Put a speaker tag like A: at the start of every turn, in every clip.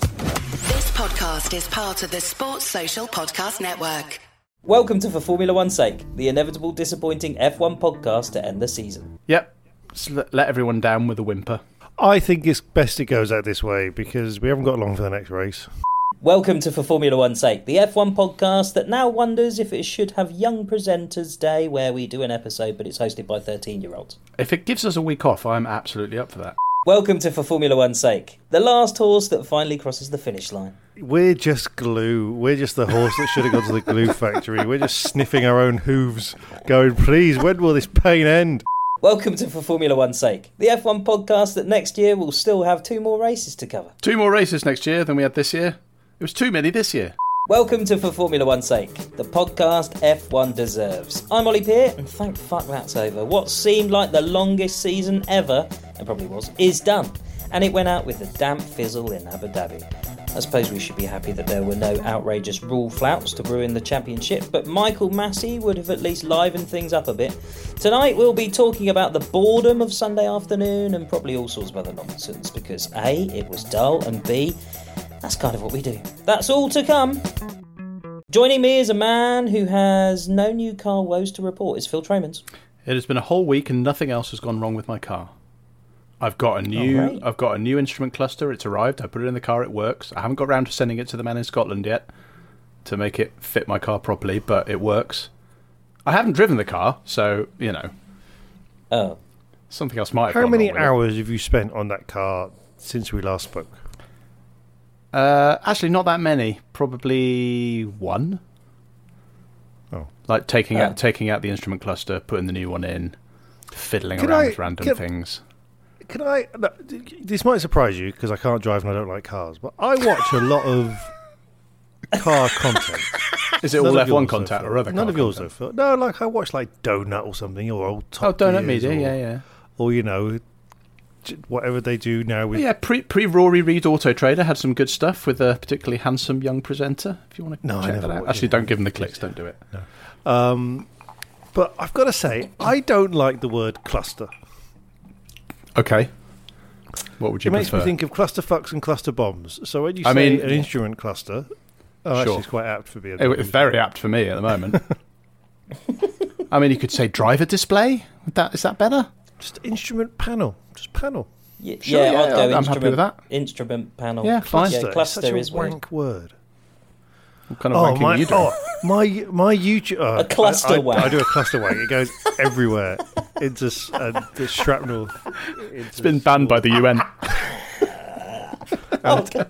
A: This podcast is part of the Sports Social Podcast Network.
B: Welcome to For Formula One's Sake, the inevitable disappointing F1 podcast to end the season.
C: Yep. Just let let everyone down with a whimper.
D: I think it's best it goes out this way because we haven't got long for the next race.
B: Welcome to For Formula One's Sake, the F1 podcast that now wonders if it should have Young Presenters Day, where we do an episode but it's hosted by 13 year olds.
C: If it gives us a week off, I'm absolutely up for that.
B: Welcome to For Formula One's Sake, the last horse that finally crosses the finish line.
D: We're just glue. We're just the horse that should have gone to the glue factory. We're just sniffing our own hooves, going, please, when will this pain end?
B: Welcome to For Formula One's Sake, the F1 podcast that next year will still have two more races to cover.
C: Two more races next year than we had this year. It was too many this year.
B: Welcome to For Formula One's Sake, the podcast F1 deserves. I'm Ollie Peer, and thank fuck that's over. What seemed like the longest season ever, and probably was, is done. And it went out with a damp fizzle in Abu Dhabi. I suppose we should be happy that there were no outrageous rule flouts to ruin the championship, but Michael Massey would have at least livened things up a bit. Tonight we'll be talking about the boredom of Sunday afternoon and probably all sorts of other nonsense because A, it was dull, and B, that's kind of what we do. That's all to come. Joining me is a man who has no new car woes to report. It's Phil Tromans.
C: It has been a whole week and nothing else has gone wrong with my car. I've
D: Oh,
C: got a new
B: Alright.
C: I've got a new instrument cluster. It's arrived. I put it in the car. It works. I haven't got round to sending it to the man in Scotland yet to make it fit my car properly, but it works. I haven't driven the car, so, you know,
B: Oh,
C: something else might have
D: How
C: gone
D: many
C: wrong with it.
D: hours have you spent on that car since we last spoke?
C: Uh, actually, not that many. Probably one.
D: Oh.
C: like taking
B: Oh.
C: out taking out the instrument cluster, putting the new one in, fiddling
D: Can
C: around
D: I-
C: with random
D: can-
C: things.
D: Can I? no, d- This might surprise you because I can't drive and I don't like cars, but I watch a lot of car content.
C: Is it
D: None
C: all
D: of
C: F one
D: yours, though,
C: contact
D: Phil.
C: or other?
D: None
C: car
D: of yours, though,
C: content?
D: Phil. No, like I watch like Donut or something or old
C: Oh,
D: Top
C: donut
D: Gears
C: media.
D: or-
C: Yeah, yeah.
D: Or, you know, j- whatever they do now with
C: But yeah, pre pre Rory Reed Auto Trader had some good stuff with a particularly handsome young presenter. If you want to
D: No, I
C: check
D: never
C: that out,
D: watched
C: actually,
D: it.
C: don't give him the clicks. Don't do it.
D: But I've got to say, I don't like the word cluster.
C: Okay. What would you
D: It makes
C: prefer?
D: me think of cluster fucks and cluster bombs. So when you say
C: I mean-
D: an instrument cluster, oh,
C: Sure.
D: actually, it's quite apt for being.
C: It- it's very apt for me at the moment. I mean, you could say driver display. Would That is that better?
D: just instrument panel, just panel.
B: y-
C: Sure,
B: yeah,
C: yeah,
B: I'd go
C: I'm happy
B: instrument,
C: with that.
B: instrument panel.
C: Yeah, fine.
B: Yeah,
D: It's
B: cluster
D: such
B: is
D: a
B: weird.
D: wank word.
C: What kind of
D: Oh
C: ranking are
D: my,
C: you doing?
D: oh my, my YouTube. oh,
B: A cluster
D: I, I,
B: wank.
D: I do a cluster wank. It goes everywhere. Into s- uh, the shrapnel. It's
C: been banned by
B: Oh.
C: the UN.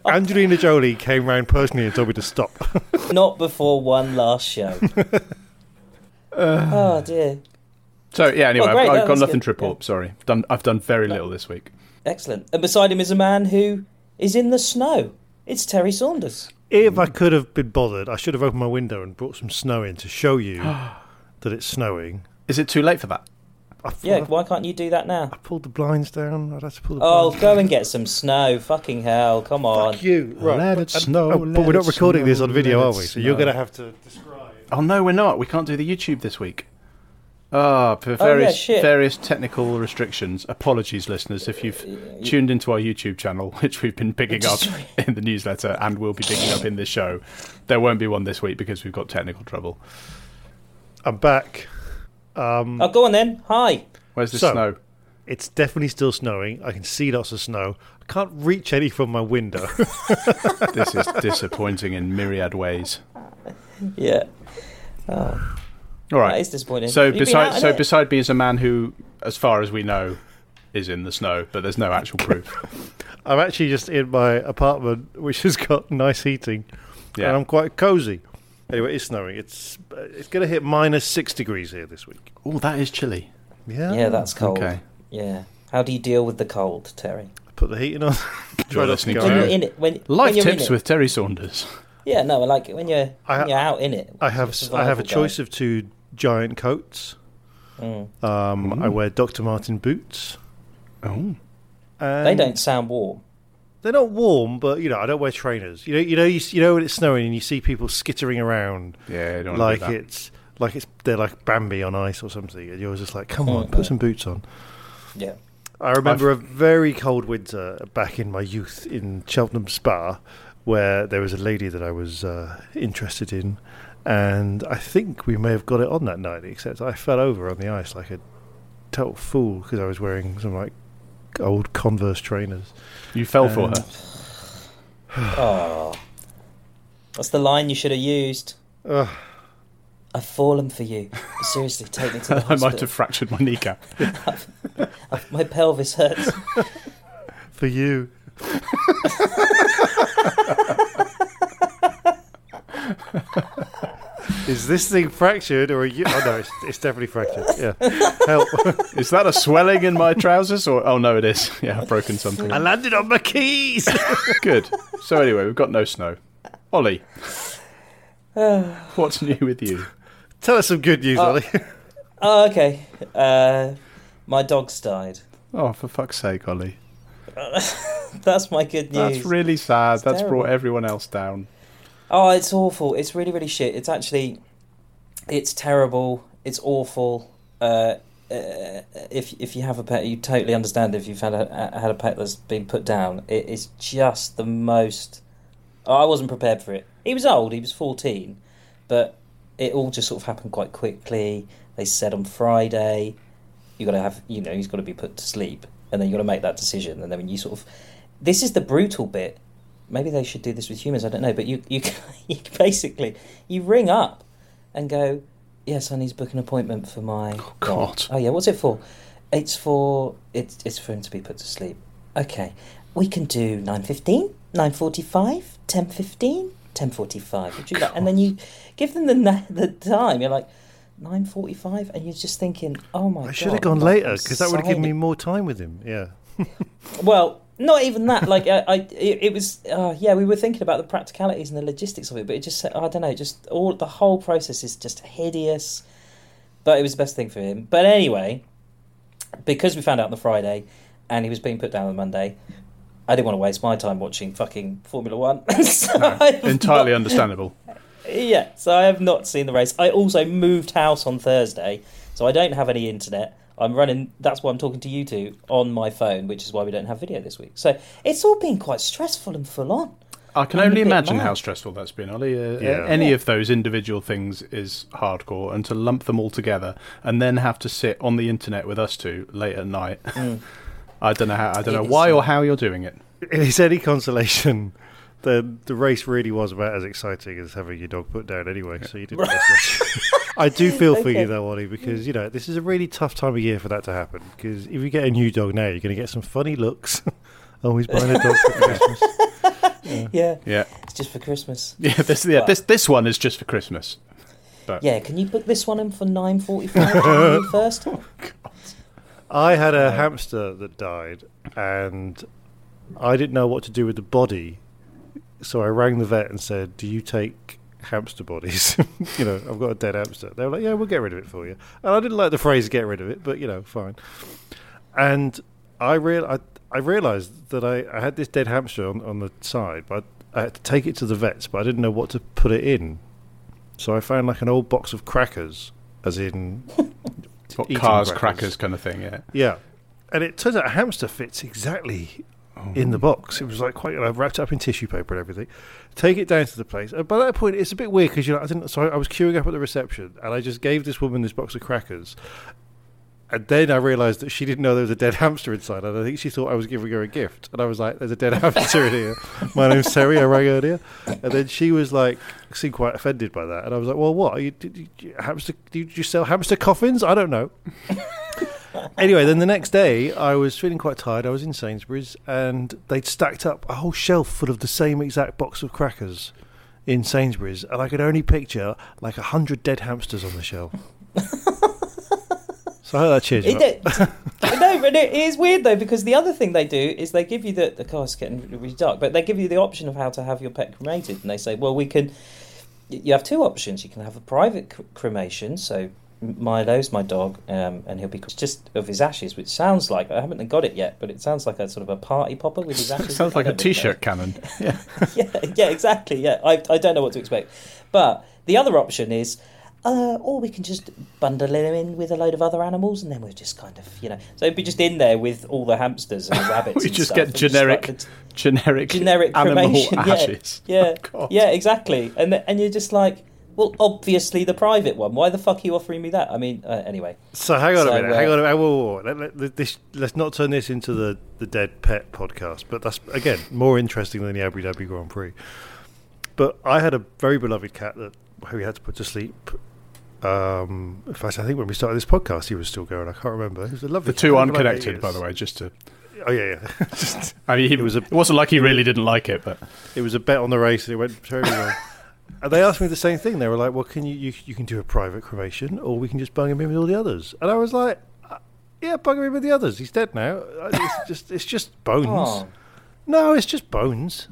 D: Angelina Jolie came round personally and told me to stop.
B: Not before one last show. oh dear.
C: So yeah, anyway,
B: Well, Oh, great,
C: I've,
B: no,
C: I've got
B: that's
C: nothing
B: good,
C: to report. Sorry, done. I've done very little this week.
B: Excellent. And beside him is a man who is in the snow. It's Terry Saunders.
D: if I could have been bothered, I should have opened my window and brought some snow in to show you that it's snowing.
C: Is it too late for that?
D: I
B: Yeah,
D: thought-
B: why can't you do that now?
D: pulled the blinds down. I'd have to pull the
B: Oh,
D: blinds
B: go and get some snow. Fucking hell. Come on.
D: you. Right.
C: Let it snow,
D: Oh,
C: let
D: but we're not
C: it
D: recording this
C: snow,
D: on video,
C: let
D: are
C: it
D: we? So you're
C: snow.
D: going to have to describe.
C: Oh no, we're not. We can't do the YouTube this week. Ah, for
B: Oh, yeah,
C: various
B: shit.
C: various technical restrictions. Apologies, listeners, if
B: Uh,
C: you've tuned into our YouTube channel, which we've been picking up in the newsletter and will be picking up in this show. There won't be one this week because we've got technical trouble.
D: I'm back.
B: Oh, go on then. Hi.
C: Where's the
D: So-
C: snow?
D: It's definitely still snowing. I can see lots of snow. I can't reach any from my window.
C: This is disappointing in myriad ways.
B: Yeah.
C: All right.
B: That is disappointing.
C: So
B: You've been out
C: beside
B: in
C: so
B: it.
C: beside me is a man who, as far as we know, is in the snow, but there's no actual proof.
D: I'm actually just in my apartment, which has got nice heating,
C: Yeah.
D: and I'm quite cozy. Anyway, it's snowing. It's uh, it's going to hit minus six degrees here this week.
C: Oh, that is chilly.
D: Yeah.
B: Yeah, that's cold.
C: Okay.
B: Yeah. How do you deal with the cold, Terry?
D: Put the heating on. Try not to
C: listening
D: go
C: to
B: When
C: Yeah.
B: you're
D: out.
B: in it, when
C: Life
B: when you're in
C: tips
B: it.
C: with Terry Saunders.
B: yeah, no, like when you're
D: I ha-
B: when you're out in it.
D: I have
B: Survival
D: I have a
B: guide.
D: choice of two giant coats. Um,
C: Hmm.
D: I wear Dr. Martin boots.
C: Oh,
D: And
B: They don't sound warm.
D: They're not warm, but you know I don't wear trainers. You know, you know, you, s- you know when it's snowing and you see people skittering around
C: yeah, I don't wanna
D: like
C: do that.
D: it's like it's they're like Bambi on ice or something, and you're just like, come on, put some boots on.
B: Yeah.
D: I remember a very cold winter back in my youth in Cheltenham Spa, where there was a lady that I was uh, interested in, and I think we may have got it on that night. Except I fell over on the ice like a total fool because I was wearing some like old Converse trainers.
C: You fell for
D: Um,
B: Uh,
C: her.
B: Oh, that's the line you should have used.
D: Ugh.
B: I've fallen for you. Seriously, take me to the
C: I
B: hospital.
C: might have fractured my kneecap.
B: My pelvis hurts.
D: For you, is this thing fractured or are you? Oh no, it's, it's definitely fractured. Yeah, help!
C: Is that a swelling in my trousers? Or oh no, it is. Yeah, I've broken something.
D: I landed on my keys.
C: Good. So anyway, we've got no snow. Ollie, what's new with you?
D: Tell us some good news, Ollie.
B: Oh, okay. Uh, my dog's died.
C: Oh, for fuck's sake, Ollie.
B: That's my good news.
C: That's really sad. That's
B: terrible.
C: brought everyone else down.
B: Oh, it's awful. It's really, really shit. It's actually, it's terrible. It's awful. Uh, uh, if if you have a pet, you totally understand if you've had a had a pet that's been put down. It is just the most. Oh, I wasn't prepared for it. He was old. He was fourteen, but it all just sort of happened quite quickly. They said on Friday, you got to have you know he's got to be put to sleep, and then you got to make that decision. And then when you sort of, this is the brutal bit maybe they should do this with humans. I don't know, but you you, you basically you ring up and go, yes, I need to book an appointment for my oh,
C: God.
B: Oh yeah, what's it for? It's for it's it's for him to be put to sleep. Okay, we can do nine fifteen, nine forty five, ten fifteen, ten forty five. Would you like? And then you give them the na- the time. You're like. 9.45 and you're just thinking oh my god
D: I should have gone
B: like,
D: later
B: I'm
D: because that would have given
B: signing-
D: me more time with him. Yeah.
B: well, not even that. Like I, I it, it was. Uh, yeah, we were thinking about the practicalities and the logistics of it, but it just. I don't know. Just all the whole process is just hideous. But it was the best thing for him. But anyway, because we found out on the Friday, and he was being put down on the Monday. I didn't want to waste my time watching fucking Formula One. so I've
C: Entirely understandable.
B: yeah, so I have not seen the race. I also moved house on Thursday, so I don't have any internet. I'm running. That's why I'm talking to you two on my phone, which is why we don't have video this week. So it's all been quite stressful and full on.
C: I can
B: I'm a
C: only
B: bit
C: imagine
B: mad.
C: how stressful that's been, Ollie. Uh,
D: Yeah.
C: Any of those individual things is hardcore, and to lump them all together and then have to sit on the internet with us two late at night.
B: Mm.
C: I don't know how. I don't
B: It
C: know
B: is,
C: why
B: uh,
C: or how you're doing it.
D: If it's any consolation, the the race really was about as exciting as having your dog put down anyway. So you didn't. miss much. I do feel for you though, Ollie, because you know this is a really tough time of year for that to happen. Because if you get a new dog now, you're going to get some funny looks. oh, he's buying a dog for Christmas.
B: Yeah,
C: Yeah,
B: it's just for Christmas.
C: yeah. This, yeah, this, this one is just for Christmas.
B: Yeah, can you book this one in for nine forty-five first?
D: I had a hamster that died, and I didn't know what to do with the body, so I rang the vet and said, "Do you take hamster bodies? you know, I've got a dead hamster." They were like, "Yeah, we'll get rid of it for you." And I didn't like the phrase "get rid of it," but you know, fine. And I real I, I realized that I, I had this dead hamster on, on the side, but I had to take it to the vets, but I didn't know what to put it in, so I found like an old box of crackers, as in
C: What,
D: Eating
C: cars,
D: breakfast.
C: crackers, kind of thing. Yeah.
D: yeah. And it turns out a hamster fits exactly in the box. It was like quite like, wrapped up in tissue paper and everything. Take it down to the place. And by that point, it's a bit weird because you know I didn't. So I, I was queuing up at the reception, and I just gave this woman this box of crackers. And then I realised that she didn't know there was a dead hamster inside, and I think she thought I was giving her a gift. And I was like, "There's a dead hamster in here." My name's Terry. I rang earlier, and then she was like, seemed quite offended by that. And I was like, "Well, what? Are you, did you- do you, hamster? Do you, do you sell hamster coffins? I don't know." anyway, then the next day, I was feeling quite tired. I was in Sainsbury's, and they'd stacked up a whole shelf full of the same exact box of crackers in Sainsbury's, and I could only picture like a hundred dead hamsters on the shelf. So I hope that cheers you
B: It,
D: up.
B: don't- no, but it is weird though because the other thing they do is they give you the the car's getting really dark, but they give you the option of how to have your pet cremated, and they say, well, we can. You have two options. You can have a private cr- cremation, so Milo's my dog, um, and he'll be it's just of his ashes, which sounds like I haven't got it yet, but it sounds like a sort of a party popper with his ashes.
C: Sounds
B: I
C: like a
B: don't really know
C: t-shirt cannon.
B: yeah, yeah, exactly. Yeah, I, I don't know what to expect. But the other option is, uh, or we can just bundle him in with a load of other animals, and then we're just kind of, you know, so he'd be just in there with all the hamsters and the rabbits.
C: We
B: and
C: just
B: stuff,
C: get
B: and
C: generic,
B: like the t-
C: generic,
B: generic
C: animal
B: cremation.
C: ashes. Oh,
B: Yeah, yeah,
C: God.
B: yeah, exactly. And th- and you're just like, well, obviously the private one. Why the fuck are you offering me that? I mean, uh, anyway.
D: So hang on
B: So,
D: a minute.
B: uh,
D: hang on a minute. Whoa, whoa, whoa. Let, let- let this, let's not turn this into the, the dead pet podcast. But that's again more interesting than the Abu Dhabi Grand Prix. But I had a very beloved cat that who we had to put to sleep. Um, in fact, I think when we started this podcast, he was still going. I can't remember. He was a lovely.
C: The two
D: cat. I think about eight
C: unconnected, by
D: years.
C: the way. Just to,
D: Oh yeah, yeah.
C: I mean, he,
D: was
C: was
D: a-
C: it wasn't like he really didn't like it, but
D: it was a bet on the race, and it went terribly wrong. And they asked me the same thing. They were like, "Well, can you, you you can do a private cremation, or we can just bung him in with all the others?" And I was like, "Uh, "Yeah, bung him in with the others. He's dead now. Uh, It's just it's just bones.
B: Oh.
D: No, it's just bones.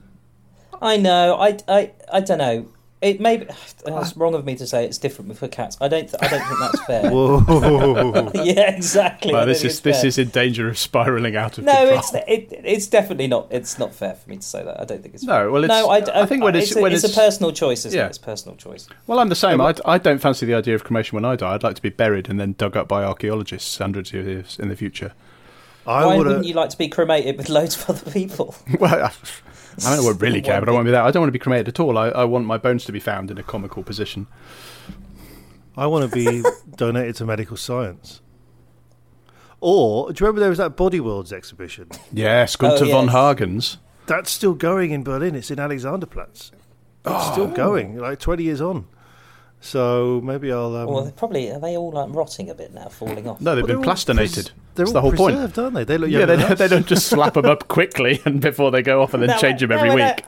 B: I know. I, I, I don't know. It may be,
C: Ah.
B: it's wrong of me to say it's different for cats. I don't. Th- I don't think that's fair.
D: Whoa,
B: yeah, exactly. I
C: well,
B: don't
C: this
B: think
C: is
B: it's
C: this
B: fair.
C: is in danger of spiraling out of
B: no.
C: control.
B: It's it, it's definitely not. It's not fair for me to say that. I don't think it's
C: No,
B: Fair.
C: well, it's-
B: no. I, d-
C: I think when it's-
B: a,
C: when
B: it's, a
C: it's-
B: personal choice, isn't
C: Yeah.
B: it? It's personal choice.
C: Well, I'm the same. I, I don't fancy the idea of cremation when I die. I'd like to be buried and then dug up by archaeologists hundreds of years in the future.
D: I
B: Why
D: would
B: wouldn't
D: have.
B: you like to be cremated with loads of other people?
C: Well, I, I don't know what really care, but I won't be that. I don't want to be cremated at all. I, I want my bones to be found in a comical position.
D: I want to be donated to medical science. Or do you remember there was that Body Worlds exhibition?
C: Yes, Gunther
B: Oh,
C: von
B: yes.
C: Hagen's.
D: That's still going in Berlin. It's in Alexanderplatz. It's
C: Oh.
D: still going, like twenty years on. So maybe I'll. Um,
B: well, they're probably are they all like rotting a bit now, falling off?
C: No, they've
D: Well,
C: been
D: they're all
C: plastinated.
D: pres- They're
C: That's
D: all
C: the whole point.
D: preserved, aren't they? They look
C: Yeah, they,
D: younger than
C: don't-
D: us.
C: they don't just slap them up quickly and before they go off and then
B: No,
C: change them
B: no,
C: every
B: no.
C: week.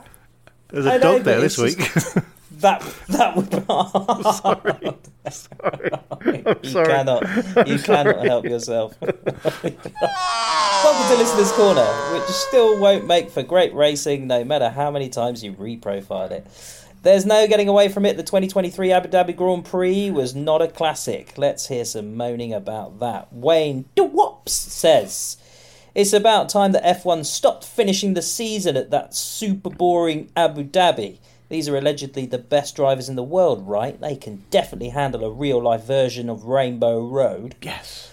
D: There's
B: I
D: a
B: know,
D: dog
B: but
D: there
B: it's
D: this week.
B: That that would. sorry, sorry. You cannot. You cannot help yourself. Welcome to Listener's Corner, which still won't make for great racing, no matter how many times you reprofile it. There's no getting away from it. The 2023 Abu Dhabi Grand Prix was not a classic. Let's hear some moaning about that. Wayne DeWops says. It's about time that F1 stopped finishing the season at that super boring Abu Dhabi. These are allegedly the best drivers in the world, right? They can definitely handle a real life version of Rainbow Road.
C: Yes.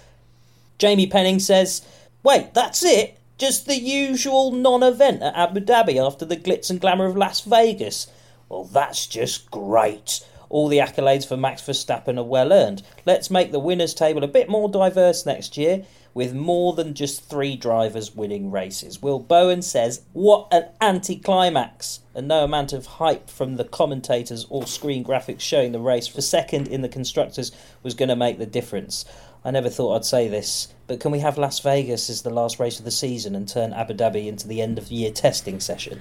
B: Jamie Penning says, Wait, that's it? Just the usual non event at Abu Dhabi after the glitz and glamour of Las Vegas. Well, that's just great. All the accolades for Max Verstappen are well earned. Let's make the winners' table a bit more diverse next year with more than just three drivers winning races. Will Bowen says, What an anticlimax! And no amount of hype from the commentators or screen graphics showing the race for second in the constructors was going to make the difference. I never thought I'd say this, but can we have Las Vegas as the last race of the season and turn Abu Dhabi into the end of year testing session?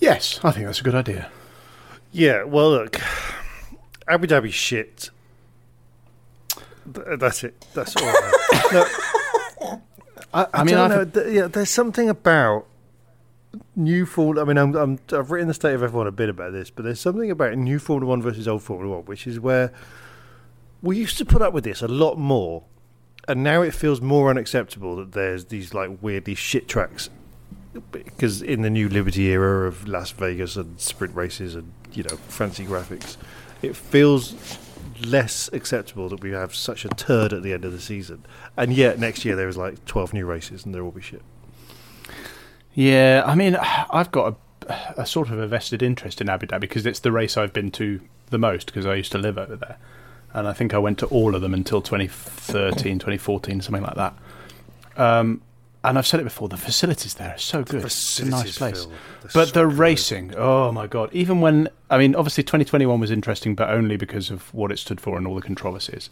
C: Yes, I think that's a good idea.
D: yeah, well, look, Abu Dhabi shit. Th- That's it. That's all. I know. No,
C: I, I mean,
D: don't
C: I've,
D: know. Th- yeah, there's something about new Formula. I mean, I'm, I'm, I've written the state of F1 a bit about this, but there's something about new Formula One versus old Formula One, which is where we used to put up with this a lot more, and now it feels more unacceptable that there's these like weirdly shit tracks. Because in the new Liberty era of Las Vegas and sprint races and you know fancy graphics, it feels less acceptable that we have such a turd at the end of the season. And yet next year there is like twelve new races and they'll all be shit.
C: Yeah, I mean, I've got a, a sort of a vested interest in Abu Dhabi because it's the race I've been to the most because I used to live over there. And I think I went to all of them until 2013, 2014, something like that. Um, and I've said it before, the facilities there are so good. It's a nice
D: facilities,
C: place.
D: Phil, they're
C: But
D: so
C: the
D: good.
C: racing, oh my God. Even when, I mean, obviously 2021 was interesting, but only because of what it stood for and all the controversies.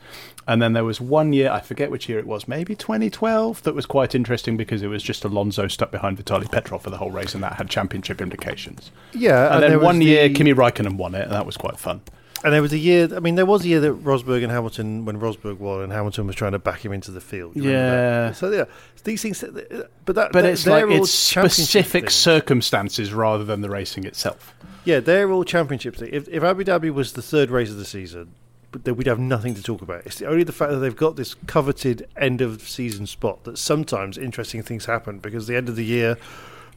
C: And then there was one year, I forget which year it was, maybe 2012, that was quite interesting because it was just Alonso stuck behind Vitaly Petrov for the whole race and that had championship implications.
D: Yeah,
C: And, then
D: Uh, there was
C: one year,
D: the-
C: Kimi Raikkonen won it, and that was quite fun.
D: And there was a year. I mean, there was a year that Rosberg and Hamilton, when Rosberg won and Hamilton was trying to back him into the field. you remember that?
C: Yeah.
D: So yeah, these things. But that.
C: But
D: that-
C: it's like
D: they're all
C: it's
D: championship
C: specific
D: things.
C: circumstances rather than the racing itself.
D: Yeah, they're all championship things. If, if Abu Dhabi was the third race of the season, but then we'd have nothing to talk about. It's the- only the fact that they've got this coveted end of season spot that sometimes interesting things happen because the end of the year.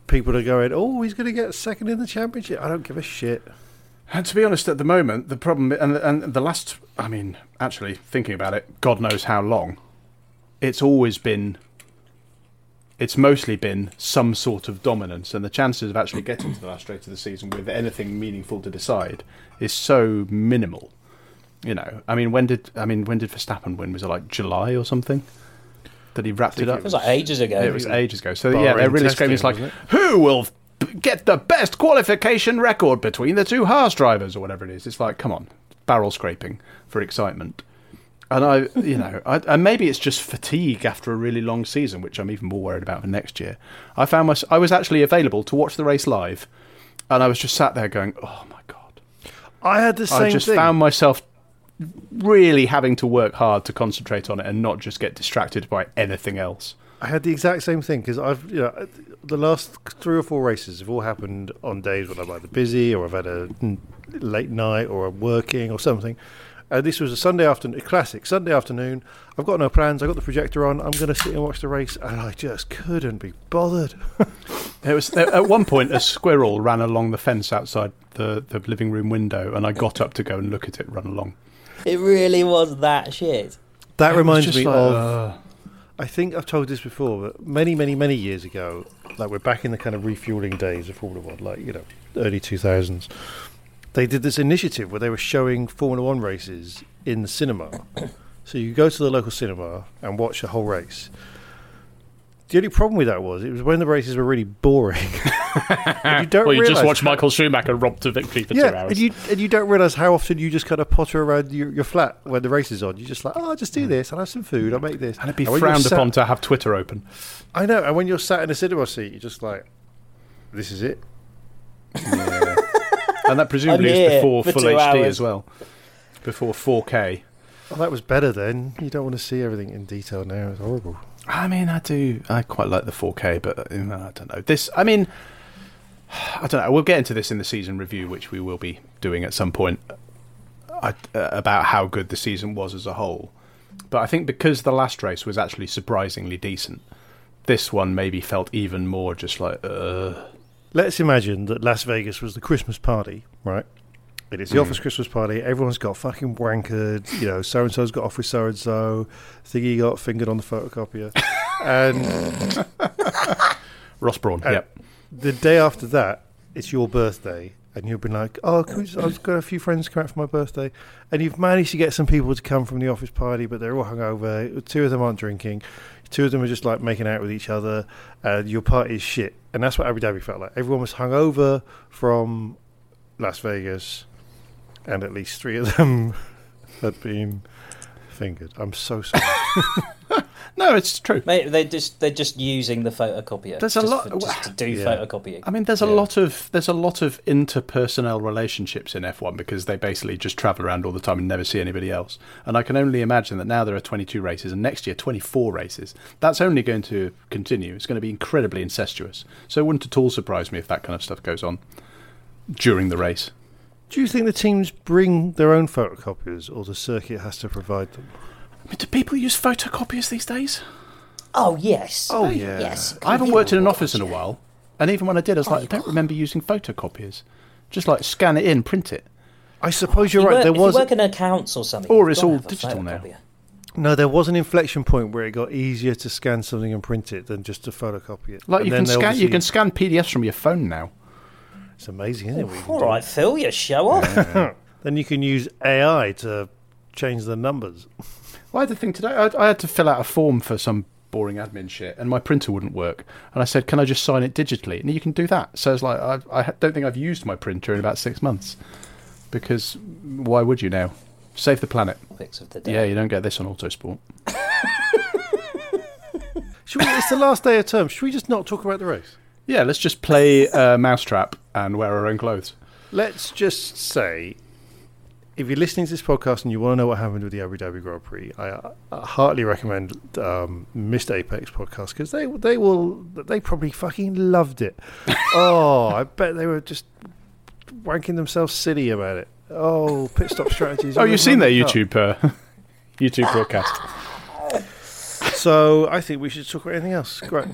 D: People are going, oh, he's going to get second in the championship. I don't give a shit.
C: And to be honest, at the moment, the problem and and the last, I mean, actually thinking about it, God knows how long, it's always been. It's mostly been some sort of dominance, and the chances of actually getting to the last straight of the season with anything meaningful to decide is so minimal. You know, I mean, when did I mean when did Verstappen win? Was it like July or something? That he wrapped it up.
B: It was like ages ago.
C: It was ages ago. So
D: Bahrain
C: yeah, they're really screaming. It's like,
D: testing,
C: who will b- get the best qualification record between the two Haas drivers or whatever it is? It's like, come on, barrel scraping for excitement. And I, you know, I, and maybe it's just fatigue after a really long season, which I'm even more worried about for next year. I found my, I was actually available to watch the race live, and I was just sat there going, oh my god.
D: I had the same
C: I just
D: thing.
C: found myself really having to work hard to concentrate on it and not just get distracted by anything else.
D: I had the exact same thing because I've you know the last three or four races have all happened on days when I'm either busy or I've had a n- late night or I'm working or something. And this was a Sunday afternoon, a classic Sunday afternoon. I've got no plans. I've got the projector on. I'm going to sit and watch the race, and I just couldn't be bothered.
C: It was at one point a squirrel ran along the fence outside the, the living room window, and I got up to go and look at it run along.
B: It really was that shit.
D: That
C: It was
D: reminds
C: just
D: me
C: like,
D: of.
C: uh,
D: I think I've told this before, but many, many, many years ago, like we're back in the kind of refueling days of Formula One, like, you know, early 2000s, they did this initiative where they were showing Formula One races in the cinema. so you go to the local cinema and watch the whole race. The only problem with that was it was when the races were really boring. and you don't
E: Well, you just
D: realise-
E: watch Michael Schumacher rob to victory for two
D: yeah,
E: hours.
D: and you and you don't realize how often you just kind of potter around your, your flat when the race is on. You're just like, oh, I'll just do this. I'll have some food. I'll make this.
C: Mm. and it'd be
D: when you're
C: frowned
D: sat-
C: upon to have Twitter open.
D: I know, and when you're sat in a cinema seat, you're just like, "This is it."
C: And that presumably
B: I'm
C: is
B: here
C: before
B: for
C: full
B: two
C: HD
B: hours.
C: as well, before 4K.
D: Well, that was better then. You don't want to see everything in detail now. It's horrible.
C: I mean, I do. I quite like the 4K, but uh, I don't know. This, I mean, I don't know. We'll get into this in the season review, which we will be doing at some point, I, uh, about how good the season was as a whole. But I think because the last race was actually surprisingly decent, this one maybe felt even more just like, uh,
D: Let's imagine that Las Vegas was the Christmas party, right? It
C: Mm.
D: is the office Christmas party. Everyone's got fucking wankered. You know, so and so's got off with so and so. Thingy got fingered on the photocopier. and
C: Ross Brawn.
D: Uh,
C: yep.
D: the day after that, it's your birthday. And you've been like, oh, can we just, I've got a few friends come out for my birthday. And you've managed to get some people to come from the office party, but they're all hungover. Two of them aren't drinking. Two of them are just like making out with each other. Uh, your party is shit. And that's what Abu Dhabi felt like. Everyone was hungover from Las Vegas, and at least three of them had been fingered. I'm so sorry.
C: No, it's true.
B: Mate, they just they're just using the photocopier.
C: There's a
B: just
C: lot-
B: for- just to do
D: Yeah.
B: photocopying.
C: I mean, there's a lot of there's a lot of interpersonnel relationships in F1 because they basically just travel around all the time and never see anybody else. And I can only imagine that now there are 22 races and next year 24 races. That's only going to continue. It's going to be incredibly incestuous. So it wouldn't at all surprise me if that kind of stuff goes on during the race.
D: Do you think the teams bring their own photocopiers, or the circuit has to provide them?
C: I mean, do people use photocopiers these days?
B: Oh yes.
D: Oh, yeah.
B: Yes.
C: I haven't worked in an office in a while, and even when I did, I was like, I don't remember using photocopiers. Just like scan it in, print it.
D: I suppose you're
B: You
D: right.
B: work,
D: there
B: if you
D: was
B: work in accounts or something.
C: Or
B: you've
C: it's
B: gotta
C: all
B: have a
C: digital now.
B: photocopier.
D: No, there was an inflection point where it got easier to scan something and print it than just to photocopy it.
C: Like
D: And
C: you
D: then
C: can
D: they
C: scan you
D: obviously-
C: can scan PDFs from your phone now.
D: It's amazing, isn't it? what you can
B: All
D: do?
B: right, Phil, you show off.
D: Then you can use AI to change the numbers.
C: Well, I had the thing today. I, I had to fill out a form for some boring admin shit, and my printer wouldn't work. And I said, "Can I just sign it digitally?" And you can do that. So it's like I, I ha- don't think I've used my printer in about six months because why would you now? Save the planet.
B: Topics of the
C: Yeah,
B: day.
C: you don't get this on Autosport.
D: Should we, it's the last day of term. Should we just not talk about the race?
C: Yeah, let's just play uh, Mousetrap and wear our own clothes.
D: Let's just say if you're listening to this podcast and you want to know what happened with the Abu Dhabi Grand Prix, I, I heartily recommend um, Missed Apex podcast because they they will they probably fucking loved it. oh, I bet they were just wanking themselves silly about it. Oh, pit stop strategies.
C: Oh,
D: all
C: you've seen their
D: around the car.
C: YouTube uh, YouTube broadcast.
D: So I think we should talk about anything else. Great.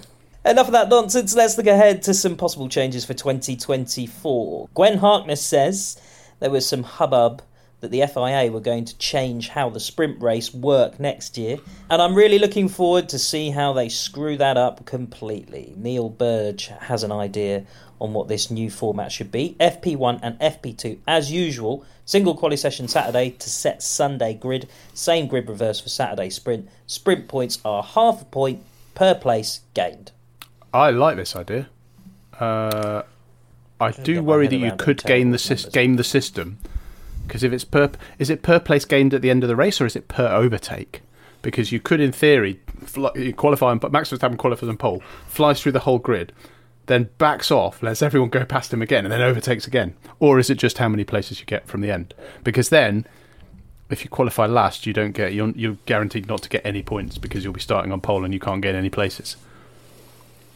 B: Enough of that nonsense. Let's look ahead to some possible changes for 2024. Gwen Harkness says there was some hubbub that the FIA were going to change how the sprint race work next year, and I'm really looking forward to see how they screw that up completely. Neil Burge has an idea on what this new format should be. FP1 and FP2 as usual, single quali session Saturday to set Sunday grid, same grid reverse for Saturday sprint. Sprint points are half a point per place gained.
C: I like this idea. Uh, I
B: get my
C: do worry
B: head
C: that you
B: around
C: could
B: them
C: game the
B: terrible
C: sys-
B: numbers.
C: game the system because if it's per is it per place gained at the end of the race or is it per overtake? Because you could, in theory, fly, qualify and Max Verstappen qualifies and pole, flies through the whole grid, then backs off, lets everyone go past him again, and then overtakes again. Or is it just how many places you get from the end? Because then, if you qualify last, you don't get you're, you're guaranteed not to get any points because you'll be starting on pole and you can't gain any places.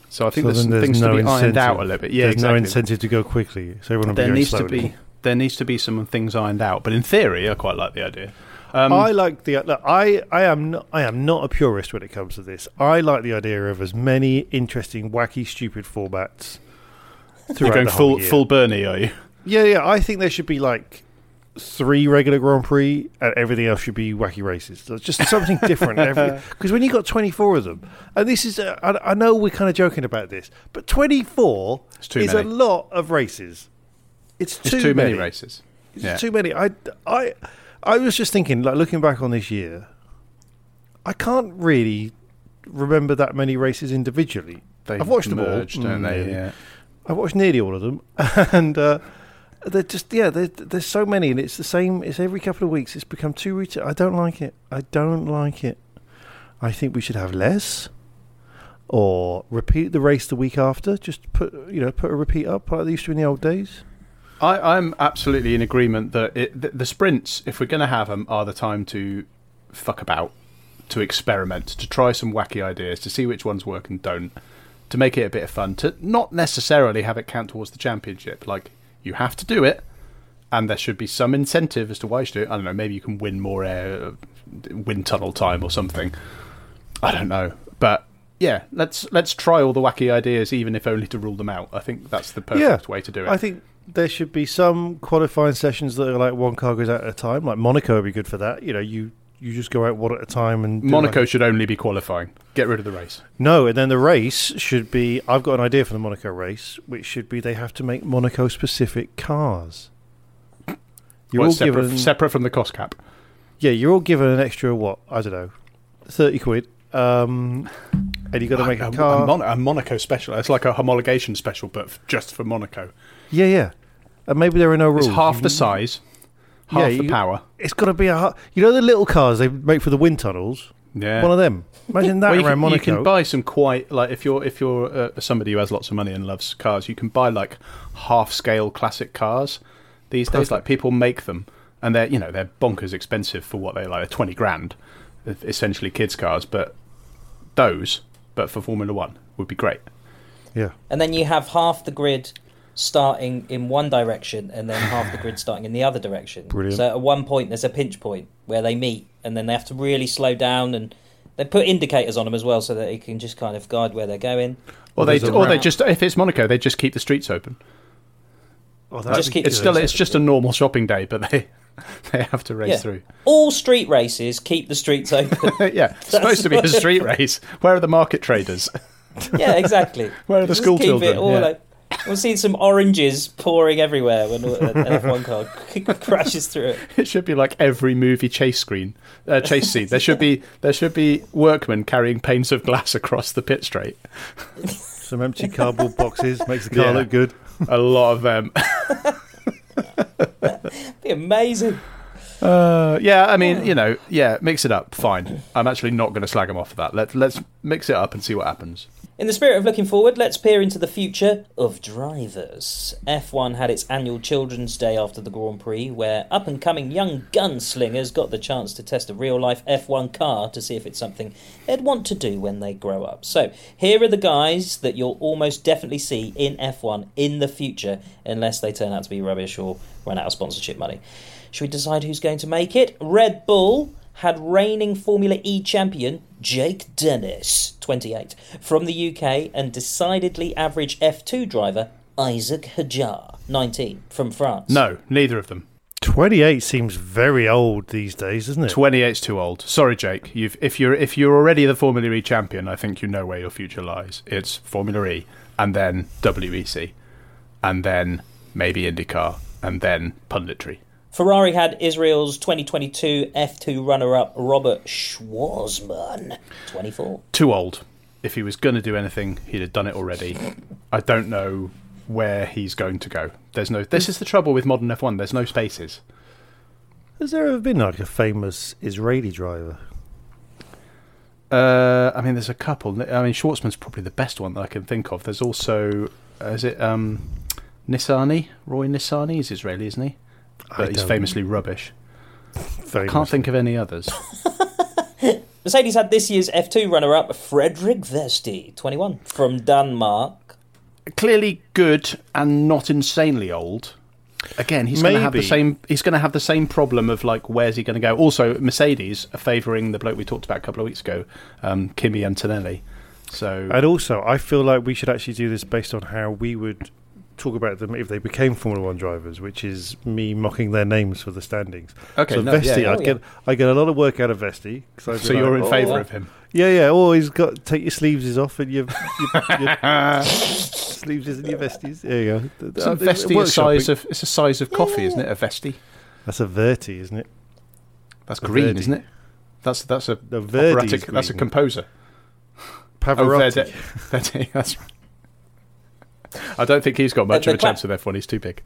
C: So I think
D: So
C: there's
D: then
C: some things to be ironed out a little bit. Yeah,
D: there's
C: exactly
D: no incentive to go quickly, so everyone will be
C: there
D: going
C: needs
D: slowly.
C: to be there needs to be some things ironed out. But in theory, I quite like the idea. Mm.
D: I like the look, I I am not, I am not a purist when it comes to this. I like the idea of as many interesting, wacky, stupid formats.
C: You're
D: throughout
C: going
D: the whole
C: full
D: year.
C: full Bernie, are you?
D: Yeah, yeah. I think there should be like three regular Grand Prix, and everything else should be wacky races. So it's just something different. Because when you got twenty four of them, and this is, uh, I, I know we're kind of joking about this, but twenty four
C: It's too
D: is
C: many.
D: a lot of races. It's too,
C: It's too many,
D: many
C: races.
D: It's
C: Yeah.
D: too many. I, I, I was just thinking, like looking back on this year, I can't really remember that many races individually.
C: They've
D: I've watched
C: merged,
D: them all.
C: don't
D: Mm,
C: they?
D: yeah.
C: Yeah.
D: I've watched nearly all of them, and uh, they're just yeah. They're, there's so many, and it's the same. It's every couple of weeks. It's become too routine. I don't like it. I don't like it. I think we should have less, or repeat the race the week after. Just put you know put a repeat up like they used to in the old days.
C: I, I'm absolutely in agreement that it, the, the sprints, if we're going to have them, are the time to fuck about, to experiment, to try some wacky ideas, to see which ones work and don't, to make it a bit of fun, to not necessarily have it count towards the championship. Like, you have to do it, and there should be some incentive as to why you should do it. I don't know, maybe you can win more air, wind tunnel time or something. I don't know. But. Yeah, let's let's try all the wacky ideas, even if only to rule them out. I think that's the perfect way to do it.
D: I think there should be some qualifying sessions that are like one car goes out at a time. Like Monaco would be good for that. You know, you you just go out one at a time and do
C: Monaco
D: like-
C: should only be qualifying. Get rid of the race.
D: no, and then the race should be. I've got an idea for the Monaco race, which should be they have to make Monaco specific cars. You're
C: Well,
D: all
C: separate,
D: given,
C: separate from the cost cap.
D: yeah. You're all given an extra what? I don't know, thirty quid. Um, and you got to make a car.
C: Mon- a Monaco special. It's like a homologation special, but f- just for Monaco.
D: yeah, yeah. And maybe there are no rules.
C: It's half
D: You-
C: the size, half
D: Yeah,
C: the
D: you-
C: power.
D: It's got to be a. hu- You know the little cars they make for the wind tunnels.
C: Yeah.
D: One of them. Imagine that
C: Well, you,
D: around
C: can, you
D: Monaco.
C: can buy some quite like if you're if you're uh, somebody who has lots of money and loves cars, you can buy like half scale classic cars these days. Like people make them, and they're you know they're bonkers expensive for what they like. They're twenty grand, e, essentially kids cars, but those but for Formula One would be great.
D: yeah.
B: and then you have half the grid starting in one direction and then half the grid starting in the other direction.
D: Brilliant.
B: So at one point there's a pinch point where they meet and then they have to really slow down and they put indicators on them as well so that it can just kind of guide where they're going.
C: Or they,
D: there's a
C: or they
B: ramp.
C: just if it's Monaco, they just keep the streets open.
D: Oh,
B: Just keep-
C: It's
B: Yeah,
C: still
B: that's
C: it's just a normal shopping day, but they they have to race
B: Yeah.
C: through.
B: All street races keep the streets open.
C: yeah, it's supposed to be a street race. Where are the market traders?
B: yeah, exactly.
C: Where are the
B: Just
C: school
B: keep
C: children?
B: It all
C: Yeah.
B: like, we've seen some oranges pouring everywhere when an F1 car crashes through it.
C: It should be like every movie chase screen, uh, chase scene. There should be there should be workmen carrying panes of glass across the pit straight.
D: Some empty cardboard boxes makes the car
C: Yeah.
D: look good.
C: A lot of them.
B: Be amazing.
C: Uh, yeah, I mean, you know, yeah, mix it up. Fine. I'm actually not going to slag them off for that. Let let's mix it up and see what happens.
B: In the spirit of looking forward, let's peer into the future of drivers. F1 had its annual Children's Day after the Grand Prix, where up and coming young gunslingers got the chance to test a real life F1 car to see if it's something they'd want to do when they grow up. So, here are the guys that you'll almost definitely see in F1 in the future, unless they turn out to be rubbish or run out of sponsorship money. Should we decide who's going to make it? Red Bull had reigning Formula E champion Jake Dennis, 28, from the UK, and decidedly average F2 driver Isaac Hajar, 19, from France.
C: No, neither of them.
D: 28 seems very old these days, doesn't it?
C: 28's too old. Sorry, Jake. You've if you're if you're already the Formula E champion, I think you know where your future lies. It's Formula E, and then WEC, and then maybe IndyCar, and then punditry.
B: Ferrari had Israel's 2022 F2 runner up Robert Schwarzman, 24.
C: Too old. If he was going to do anything, he'd have done it already. I don't know where he's going to go. There's no. This is the trouble with modern F1. There's no spaces.
D: Has there ever been like a famous Israeli driver?
C: Uh, I mean, there's a couple. I mean, Schwartzman's probably the best one that I can think of. There's also, is it um, Nissani? Roy Nissani He's Israeli, isn't he? But he's
D: don't-
C: famously rubbish.
D: Famous.
C: Can't think of any others.
B: Mercedes had this year's F2 runner up Frederick Vesti, 21, from Denmark.
C: Clearly good and not insanely old. Again, he's going to have the
D: Maybe.
C: same. He's going to have the same problem of like, where's he going to go? Also, Mercedes are favouring the bloke we talked about a couple of weeks ago, um, Kimi Antonelli. So
D: And also, I feel like we should actually do this based on how we would talk about them if they became Formula One drivers, which is me mocking their names for the standings.
C: Okay,
D: so
C: no, yeah,
D: Vesti,
C: yeah.
D: I
B: Oh,
D: get I get a lot of work out of Vesti. Cause I'd be
C: so you're
D: like,
C: in
D: "Oh,
C: favour of him.
D: Yeah, yeah. Oh, he's got take your sleeves is off and your, your, your sleeves isn't your vesties. There you go. Th- th-
C: It's a
D: uh,
C: vesty
D: workshop
C: size
D: week.
C: of it's a size of coffee, isn't it? A vesty.
D: That's a verti, isn't it?
C: That's
D: A
C: green,
D: Verdi.
C: isn't it? That's that's a
D: The Verdi is
C: operatic- that's a
D: green.
C: composer. Oh,
D: Pavarotti.
C: Verdi. Verdi, that's right. I don't think he's got much
B: the
C: of a
B: cla-
C: chance with F1. He's too big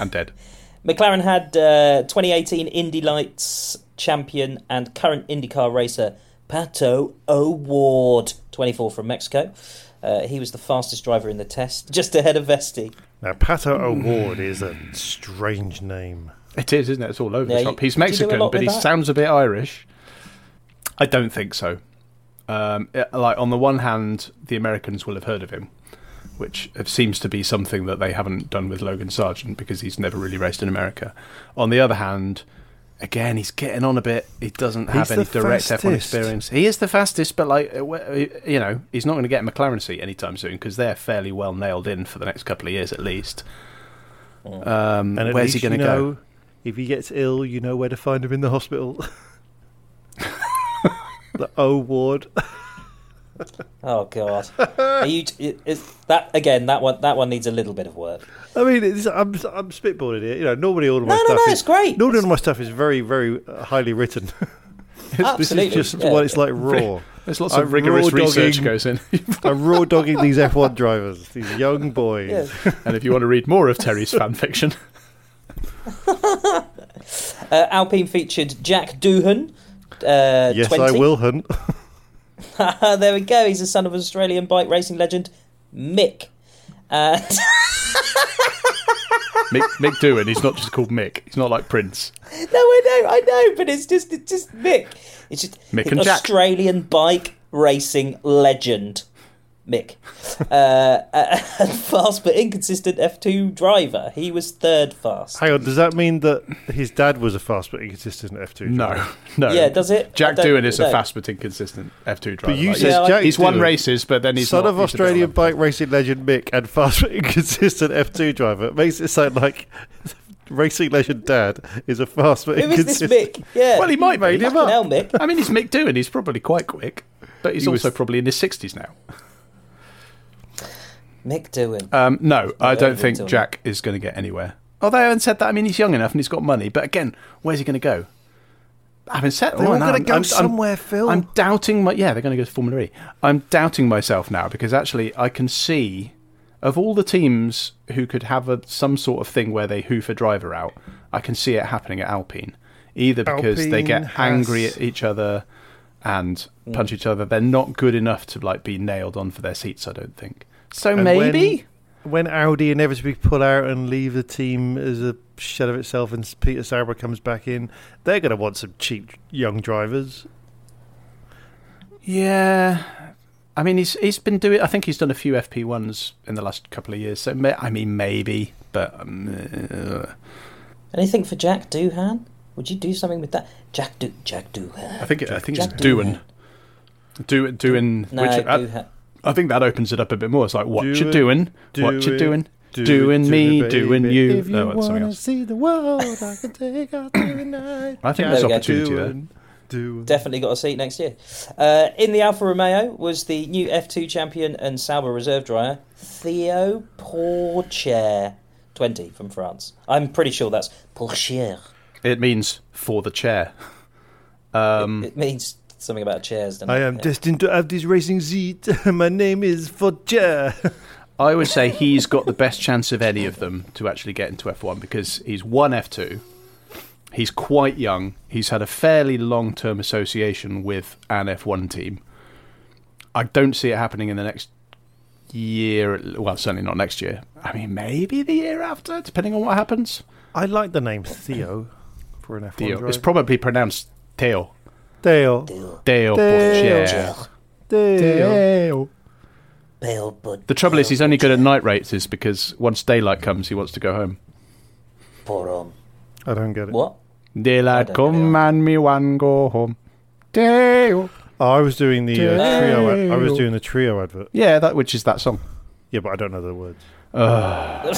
C: and dead.
B: McLaren had uh, 2018 Indy Lights champion and current IndyCar racer Pato O'Ward, 24, from Mexico. Uh, he was the fastest driver in the test, just ahead of Vesti.
D: Now, Pato O'Ward is a strange name.
C: It is, isn't it? It's all over
B: Yeah,
C: the
B: you-
C: shop.
B: do you
C: He's
B: do a
C: Mexican,
B: lot
C: but
B: with
C: he
B: that?
C: sounds a bit Irish. I don't think so. Um, it- like on the one hand, the Americans will have heard of him, which it seems to be something that they haven't done with Logan Sargent because he's never really raced in America. On the other hand, again, he's getting on a bit. He doesn't have
D: He's
C: any
D: the
C: direct F1
D: fastest.
C: experience. He is the fastest, but like uh, wh- uh, you know, he's not going to get a McLaren seat anytime soon because they're fairly well nailed in for the next couple of years at least.
B: Mm.
C: Um,
D: And at
C: where's he
D: least you
C: going to go?
D: know If he gets ill, you know where to find him in the hospital. the O ward.
B: Oh God! Are you, is that again? That one. That one needs a little bit of work.
D: I mean, it's, I'm I'm spitballing here. You know, normally all of my
B: No, no,
D: stuff
B: no,
D: is
B: it's great.
D: Normally all of my stuff is very, very uh, highly written. this
B: Absolutely.
D: is just
B: yeah.
D: what it's like raw.
C: There's lots
D: I'm
C: of rigorous
D: raw
C: research
D: dogging-
C: goes in.
D: I'm raw dogging these F1 drivers, these young boys.
B: Yeah.
C: and if you want to read more of Terry's fan fiction,
B: Uh, Alpine featured Jack Doohan. Uh,
D: Yes,
B: 20.
D: I will hunt.
B: there we go. He's the son of Australian bike racing legend Mick. Uh, And
C: Mick, Mick Doohan, he's not just called Mick. He's not like Prince.
B: no, I know, I know, but it's just, it's just Mick. It's just
C: Mick
B: the
C: and Jack.
B: Australian bike racing legend Mick. uh, and fast but inconsistent F2 driver. He was third fast.
D: Hang on, does that mean that his dad was a fast but inconsistent F2? driver?
C: No, no.
B: Yeah, does it?
C: Jack
B: I don't
C: Doohan is
B: know.
C: a fast but inconsistent F2 driver.
D: you
C: Like,
D: said
C: he's-
D: Jack
C: he's won
D: Doohan.
C: races, but then he's
D: Son
C: not-
D: of
C: he's a bit
D: Australian
C: like-
D: bike racing legend Mick and fast but inconsistent F2 driver. It makes it sound like racing legend dad is a fast but
B: Who is this Mick?
D: inconsistent.
B: Yeah.
C: Well, he might made him
B: Fucking hell,
C: up.
B: Mick.
C: I mean, he's Mick Doohan. He's probably quite quick, but he's
D: He was-
C: also probably in his sixties now.
B: Mick Doohan.
C: Um, no, I
B: Yeah,
C: don't think
B: Doohan.
C: Jack is going to get anywhere. Although having said that, I mean, he's young enough and he's got money. But again, where's he going to go? Having said
D: They're
C: all
D: all
C: that,
D: gonna
C: I'm-
D: go
C: I'm- I'm-
D: somewhere, Phil.
C: I'm doubting my yeah, they're going to go to Formula E. I'm doubting myself now because actually I can see of all the teams who could have a, some sort of thing where they hoof a driver out, I can see it happening at Alpine. Either because they
D: Alpine,
C: get angry
D: Haas.
C: at each other and punch each other. They're not good enough to like be nailed on for their seats. I don't think. So
D: And
C: maybe
D: When Audi inevitably pull out and leave the team as a shell of itself, and Peter Sauber comes back in, they're going to want some cheap young drivers.
C: yeah. I mean, he's he's been doing. I think he's done a few FP ones in the last couple of years. So may, I mean, maybe, but um, uh,
B: Anything for Jack Doohan? Would you do something with that? Jack Do Jack Doohan.
C: I think it, I think it's
B: Jack
C: doing.
B: Doohan.
C: Do, doing
B: No,
C: which, uh, I,
B: Doohan.
C: I think that opens it up a bit more. It's like what
D: Do
C: you
D: it,
C: doing,
D: do
C: what you
D: it,
C: doing,
D: do it,
C: doing
D: do
C: me,
D: it,
C: doing
D: baby.
C: you.
D: If you
C: no, that's something
D: wanna
C: else.
D: see the world, I can take out the night.
C: I
B: There
C: think there's
B: we go.
C: opportunity there.
D: Doing, doing.
B: Definitely got a seat next year. Uh, in the Alfa Romeo was the new F2 champion and Sauber reserve driver Theo Porcher, twenty from France. I'm pretty sure that's Porcher.
C: It means for the chair.
B: it means something about chairs. Doesn't
D: Um, I
B: it?
D: am
B: Yeah.
D: destined to have this racing seat. My name is Forger.
C: I would say he's got the best chance of any of them to actually get into F1 because he's won F2. He's quite young. He's had a fairly long term association with an F1 team. I don't see it happening in the next year. Well, certainly not next year. I mean, maybe the year after, depending on what happens.
D: I like the name Theo for an F1
C: Theo.
D: driver.
C: It's probably pronounced Theo.
D: Theo.
C: Theo.
D: Theo.
C: Porcher.
D: Theo.
B: Bill Bud-
C: The trouble is, he's only good at night races because once daylight comes, he wants to go home.
B: Poor um,
D: I don't get it.
B: What?
C: Daylight
B: I don't
C: come
B: know.
C: and me one go home. Dale.
D: Oh, I was doing the uh,
C: Theo.
D: trio. ad- I was doing the trio advert.
C: Yeah, that which is that song.
D: Yeah, but I don't know the words.
B: Uh,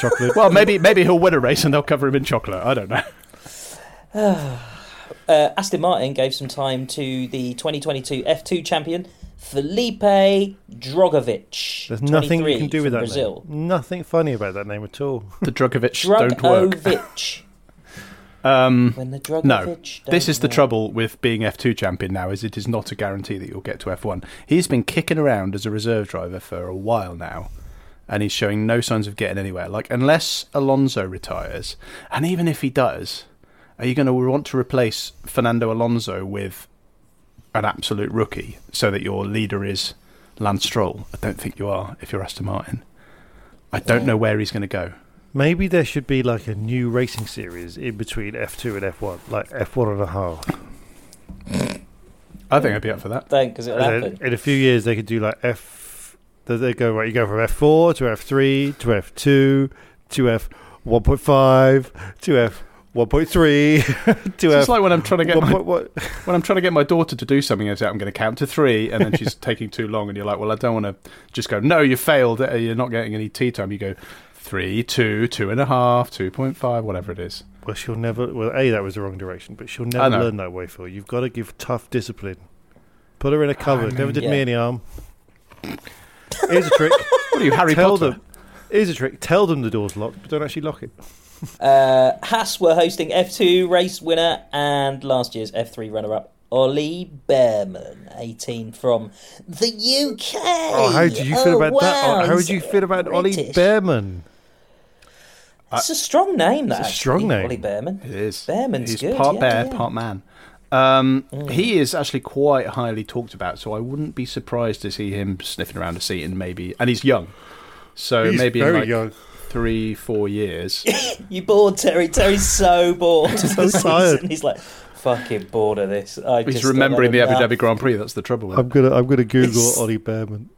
D: Chocolate.
C: Well, maybe maybe he'll win a race and they'll cover him in chocolate. I don't know.
B: Uh, Aston Martin gave some time to the 2022 F2 champion Felipe Drogovic.
D: There's nothing you
B: 23
D: can do with
B: from
D: that
B: Brazil.
D: name. Nothing funny about that name at all.
C: The Drugovich don't work.
B: Drogovic.
C: Um,
B: when the Drogovic.
C: no, this
B: don't
C: is the
B: work.
C: trouble with being F2 champion now. Is it is not a guarantee that you'll get to F1. He's been kicking around as a reserve driver for a while now, and he's showing no signs of getting anywhere. Like unless Alonso retires, and even if he does, are you going to want to replace Fernando Alonso with an absolute rookie so that your leader is Lance Stroll? I don't think you are if you're Aston Martin. I don't know where he's going to go.
D: Maybe there should be like a new racing series in between F2 and F1, like F1 and a half.
C: I think I'd be up for that.
B: Don't, because it'll
D: And
B: happen.
D: then in a few years, they could do like F. They they go right. You go from F4 to F3 to F2 to F1.5 to F1.3 to
C: It's
D: F.
C: like when I'm trying to get my
D: what, what,
C: When I'm trying to get my daughter to do something, I say, I'm going to count to three, and then she's taking too long, and you're like, well, I don't want to just go, no, you failed, uh, you're not getting any tea time. You go, three, two, two and a half, 2.5, whatever it is.
D: well, she'll never. Well, a that was the wrong direction, but she'll
C: I
D: never
C: know.
D: learn that way. Phil, you've got to give tough discipline. Put her in a cupboard. never did me
B: yeah.
D: any harm. Here's a trick.
C: What are you, Harry
D: Tell
C: Potter?
D: them. Here's a trick. Tell them the door's locked, but don't actually lock it.
B: Uh, Haas were hosting F2 race winner and last year's F3 runner up. Ollie Behrman, 18 from the UK.
D: Oh, how do you feel
B: Oh,
D: about
B: wow,
D: that? How
B: he's
D: would you feel about Ollie
B: British.
D: Behrman?
B: It's a strong name, that.
D: a strong
B: actually,
D: name.
B: Ollie Behrman.
C: It is.
B: Behrman's
C: He's
B: good,
C: part
B: yeah,
C: bear,
B: yeah.
C: part man. Um, He is actually quite highly talked about, so I wouldn't be surprised to see him sniffing around a seat and maybe, and he's young. So
D: He's
C: maybe in
D: very
C: like
D: young.
C: three, four years.
B: You bored, Terry? Terry's so bored. so
D: tired.
B: He's like, fucking bored of this. I
C: he's
B: just
C: remembering the
B: don't
C: Abu
B: know.
C: Dhabi Grand Prix, that's the trouble with it.
D: I'm gonna I'm gonna Google Ollie Behrman.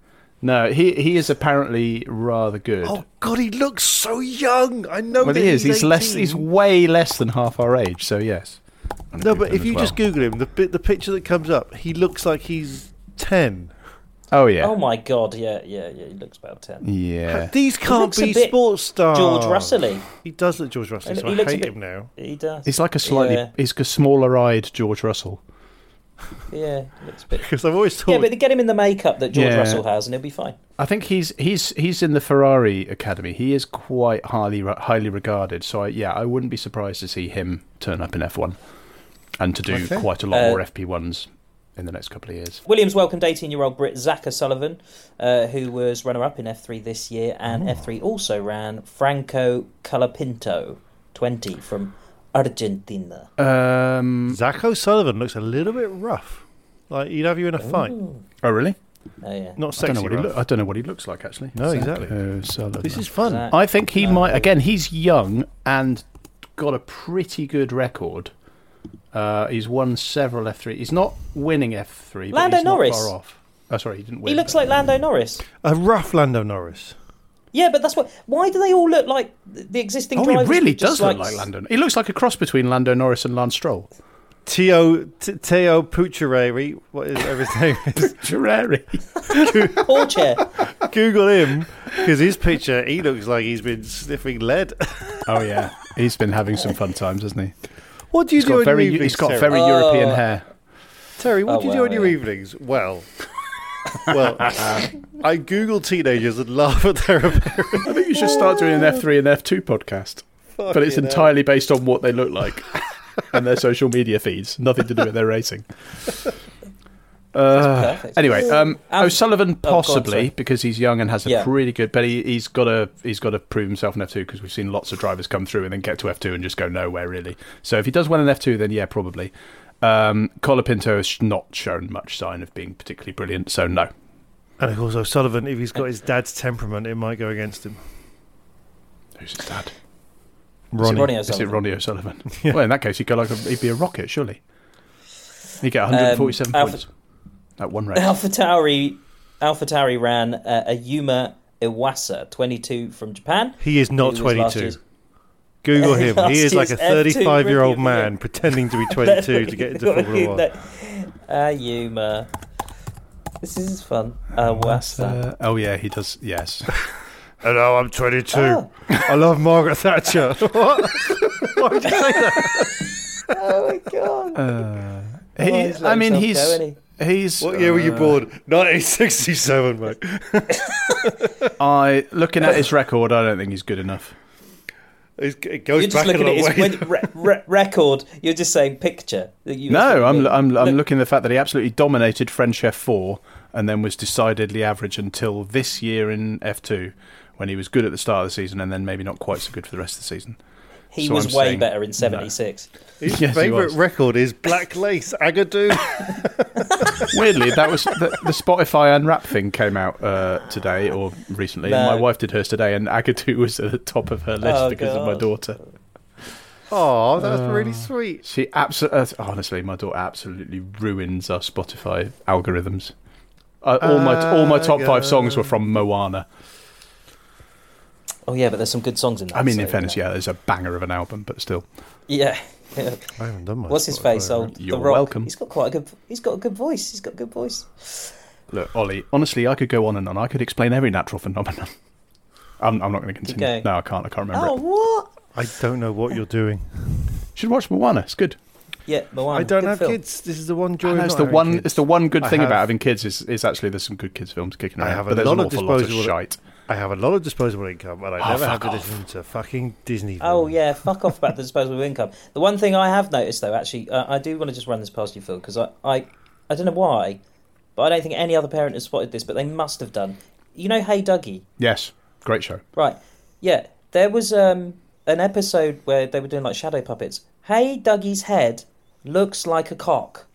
C: No, he, he is apparently rather good.
D: Oh God, he looks so young. I know.
C: Well,
D: that
C: he is. He's less.
D: 18.
C: He's way less than half our age. So yes. And
D: no,
C: Google
D: but
C: him
D: if
C: as
D: you
C: well.
D: just Google him, the bit, the picture that comes up, he looks like he's ten.
C: oh yeah,
B: Oh my god, yeah, yeah, yeah. He looks about 10.
C: yeah.
D: These can't
B: looks a
D: be
B: bit
D: sports stars.
B: George Russell.
D: He does look George Russell.
B: He
D: So
B: lo- he
D: I
B: looks a
D: hate
B: bit-
D: him now.
B: He does.
C: He's like a slightly.
B: Yeah,
C: He's a smaller-eyed George Russell.
B: yeah he looks a bit.
D: Because I've always
B: Yeah,
D: thought.
B: but get him in the makeup that George
C: Yeah.
B: Russell has, and he'll be fine.
C: I think he's he's he's in the Ferrari Academy. He is quite highly re- highly regarded. So I, yeah, I wouldn't be surprised to see him turn up in F1, and to do
D: Okay.
C: quite a lot
B: Uh,
C: more FP ones in the next couple of years.
B: Williams welcomed 18 year old Brit Zaka Sullivan, uh, who was runner up in F3 this year, and F3 also ran Franco Colapinto, 20 from Argentina.
C: Um,
D: um, Zach O'Sullivan looks a little bit rough. Like he'd have you in a fight.
C: Oh, really?
B: Oh yeah.
D: Not
C: I don't
D: sexy.
C: know what he
D: Ralph.
C: loo- I don't know what he looks like actually.
D: No, exactly.
C: O'Sullivan.
D: This is fun.
B: Zach.
C: I think he might. Again, he's young and got a pretty good record. Uh, he's won several F3. He's not winning F3. but
B: Lando
C: he's not
B: Norris.
C: Far off. Oh, sorry, he didn't win.
B: He looks like Lando Norris.
D: A rough Lando Norris.
B: Yeah, but that's what. Why do they all look like th- the existing?
C: Oh, he
B: drivers
C: really
B: that just
C: does look like Lando. He looks like a cross between Lando Norris and Lance Stroll.
D: Teo T- Teo Puchereri, what is everything?
C: Ferrari.
B: Paul chair.
C: Uh,
D: Google him because his picture he looks like he's been sniffing lead.
C: Oh yeah, he's been having some fun times, hasn't he?
D: What do you
C: He's
D: do
C: got
D: on
C: very,
D: your evenings,
C: he's got
D: Terry?
C: very
B: Oh.
C: European hair.
D: Terry, what
B: Oh,
D: do you do
B: well,
D: on your
B: yeah.
D: evenings? Well, well, I Google teenagers and laugh at their appearance.
C: I think you should start doing an F3 and F2 podcast, but it's
D: Fucking hell.
C: entirely based on what they look like and their social media feeds. Nothing to do with their racing. Uh,
B: Perfect.
C: anyway, um,
B: Um,
C: O'Sullivan
B: go on,
C: possibly
B: sorry.
C: because he's young and has a
B: Yeah.
C: pretty good, but he, he's got to he's got to prove himself in F2 because we've seen lots of drivers come through and then get to F2 and just go nowhere really. So if he does well in F2, then yeah, probably. Um, Colapinto has not shown much sign of being particularly brilliant, so no.
D: And of course, O'Sullivan, if he's got his dad's temperament, it might go against him.
C: Who's his dad?
B: Ronnie. Ronnie
C: Is it
B: O'Sullivan?
C: Ronnie O'Sullivan? Well, in that case, he'd go like a, he'd be a rocket, surely. He'd get 147
B: Alpha-
C: points at one race.
B: Um, Alpha Tauri, Alpha Tauri ran uh, a Yuma Iwasa, 22 from Japan.
D: He is not
B: He was last
D: 22.
B: year's-
D: Google him.
B: Last
D: He is like a
B: year's F2
D: 35-year-old
B: rookie of the
D: man
B: year.
D: pretending to be 22 to get into Formula One.
B: Ah, Yuma. This is fun. Iwasa.
C: Uh, oh yeah, he does. Yes,
D: Hello, I'm 22.
B: Oh.
D: I love Margaret Thatcher. what? Why did you say that?
B: Oh my god.
C: Uh, he,
B: Oh, he's
C: I mean,
B: let himself
C: he's
B: go, isn't
C: he's.
D: What year were you
C: uh,
D: born? 1967, mate.
C: I looking at his record, I don't think he's good enough.
D: It's- It
B: You're
D: goes
B: just
D: back a
B: looking
D: long
B: at his
D: way.
B: win- re- re- record. You're just saying picture. You-
C: No, I'm I'm, I'm
B: Look-
C: looking at the fact that he absolutely dominated French F4 and then was decidedly average until this year in F2 when he was good at the start of the season and then maybe not quite so good for the rest of the season.
B: He
C: so
B: was
C: I'm
B: way
C: saying
B: better in 76.
D: His
C: Yes, he
D: favourite
C: was.
D: record is Black Lace, Agadoo.
C: Weirdly, that was the, the Spotify Unwrap thing came out uh, today or recently. and
B: No.
C: My wife did hers today, and Agadoo was at the top of her list
B: Oh,
C: because of my
B: God.
C: daughter.
D: Oh, that's
C: Uh,
D: really sweet.
C: She absolutely, honestly, my daughter absolutely ruins our Spotify algorithms. Uh, all my all my top five songs were from
D: Uh,
C: Moana.
B: Oh, yeah, but there's some good songs in that.
C: I mean, in
B: so,
C: fairness,
B: you know.
C: yeah, there's a banger of an album, but still,
B: Yeah.
D: I haven't done my
B: What's his face? Old
C: You're
B: the Rock.
C: welcome.
B: He's got quite a good. He's got a good voice. He's got a good voice.
C: look, Ollie. Honestly, I could go on and on. I could explain every natural phenomenon. I'm, I'm not going to continue.
B: Okay.
C: No, I can't. I can't remember.
B: Oh
C: it.
B: what?
D: I don't know what you're doing.
C: Should watch Moana. It's good.
B: Yeah, Moana.
D: I don't
B: Good
D: have
B: film.
D: kids. This is the one joy.
C: I
D: of
C: know, it's
D: not
C: the
D: having
C: one.
D: kids.
C: It's the one good
D: I
C: thing
D: have-
C: about having kids is, is actually there's some good kids films kicking
D: I
C: around.
D: have a
C: but there's
D: lot
C: an
D: of
C: awful lot of
D: disposable-
C: shite.
D: I have a lot of disposable income, and I
C: Oh,
D: never
C: fuck
D: have to
C: off.
D: listen to fucking Disney.
B: Oh
D: films.
B: yeah, fuck off about the disposable income. The one thing I have noticed though, actually, uh, I do want to just run this past you, Phil, because I, I, I don't know why, but I don't think any other parent has spotted this, but they must have done. You know, Hey Dougie,
C: Yes, great show.
B: right? Yeah, there was um an episode where they were doing like shadow puppets. Hey Dougie's head looks like a cock.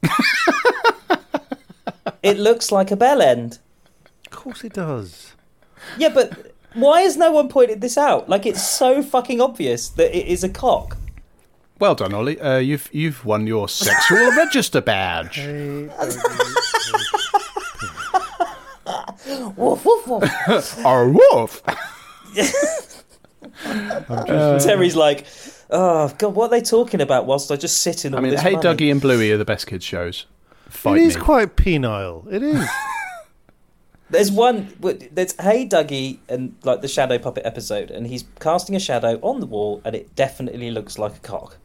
B: it looks like a bell end.
D: Of course it does.
B: Yeah, but why has no one pointed this out? Like, it's so fucking obvious that it is a cock.
C: Well done, Ollie. Uh, you've you've won your sexual register badge.
B: Woof, woof, woof.
C: Or wolf.
B: Terry's like, oh, God, what are they talking about whilst I just sit in all
C: I mean,
B: this
C: Hey
B: money?"
C: Dougie and Bluey are the best kids shows. Fight
D: It is
C: me.
D: quite penile. It is.
B: There's one, there's Hey Dougie and, like, the shadow puppet episode, and he's casting a shadow on the wall, and it definitely looks like a cock.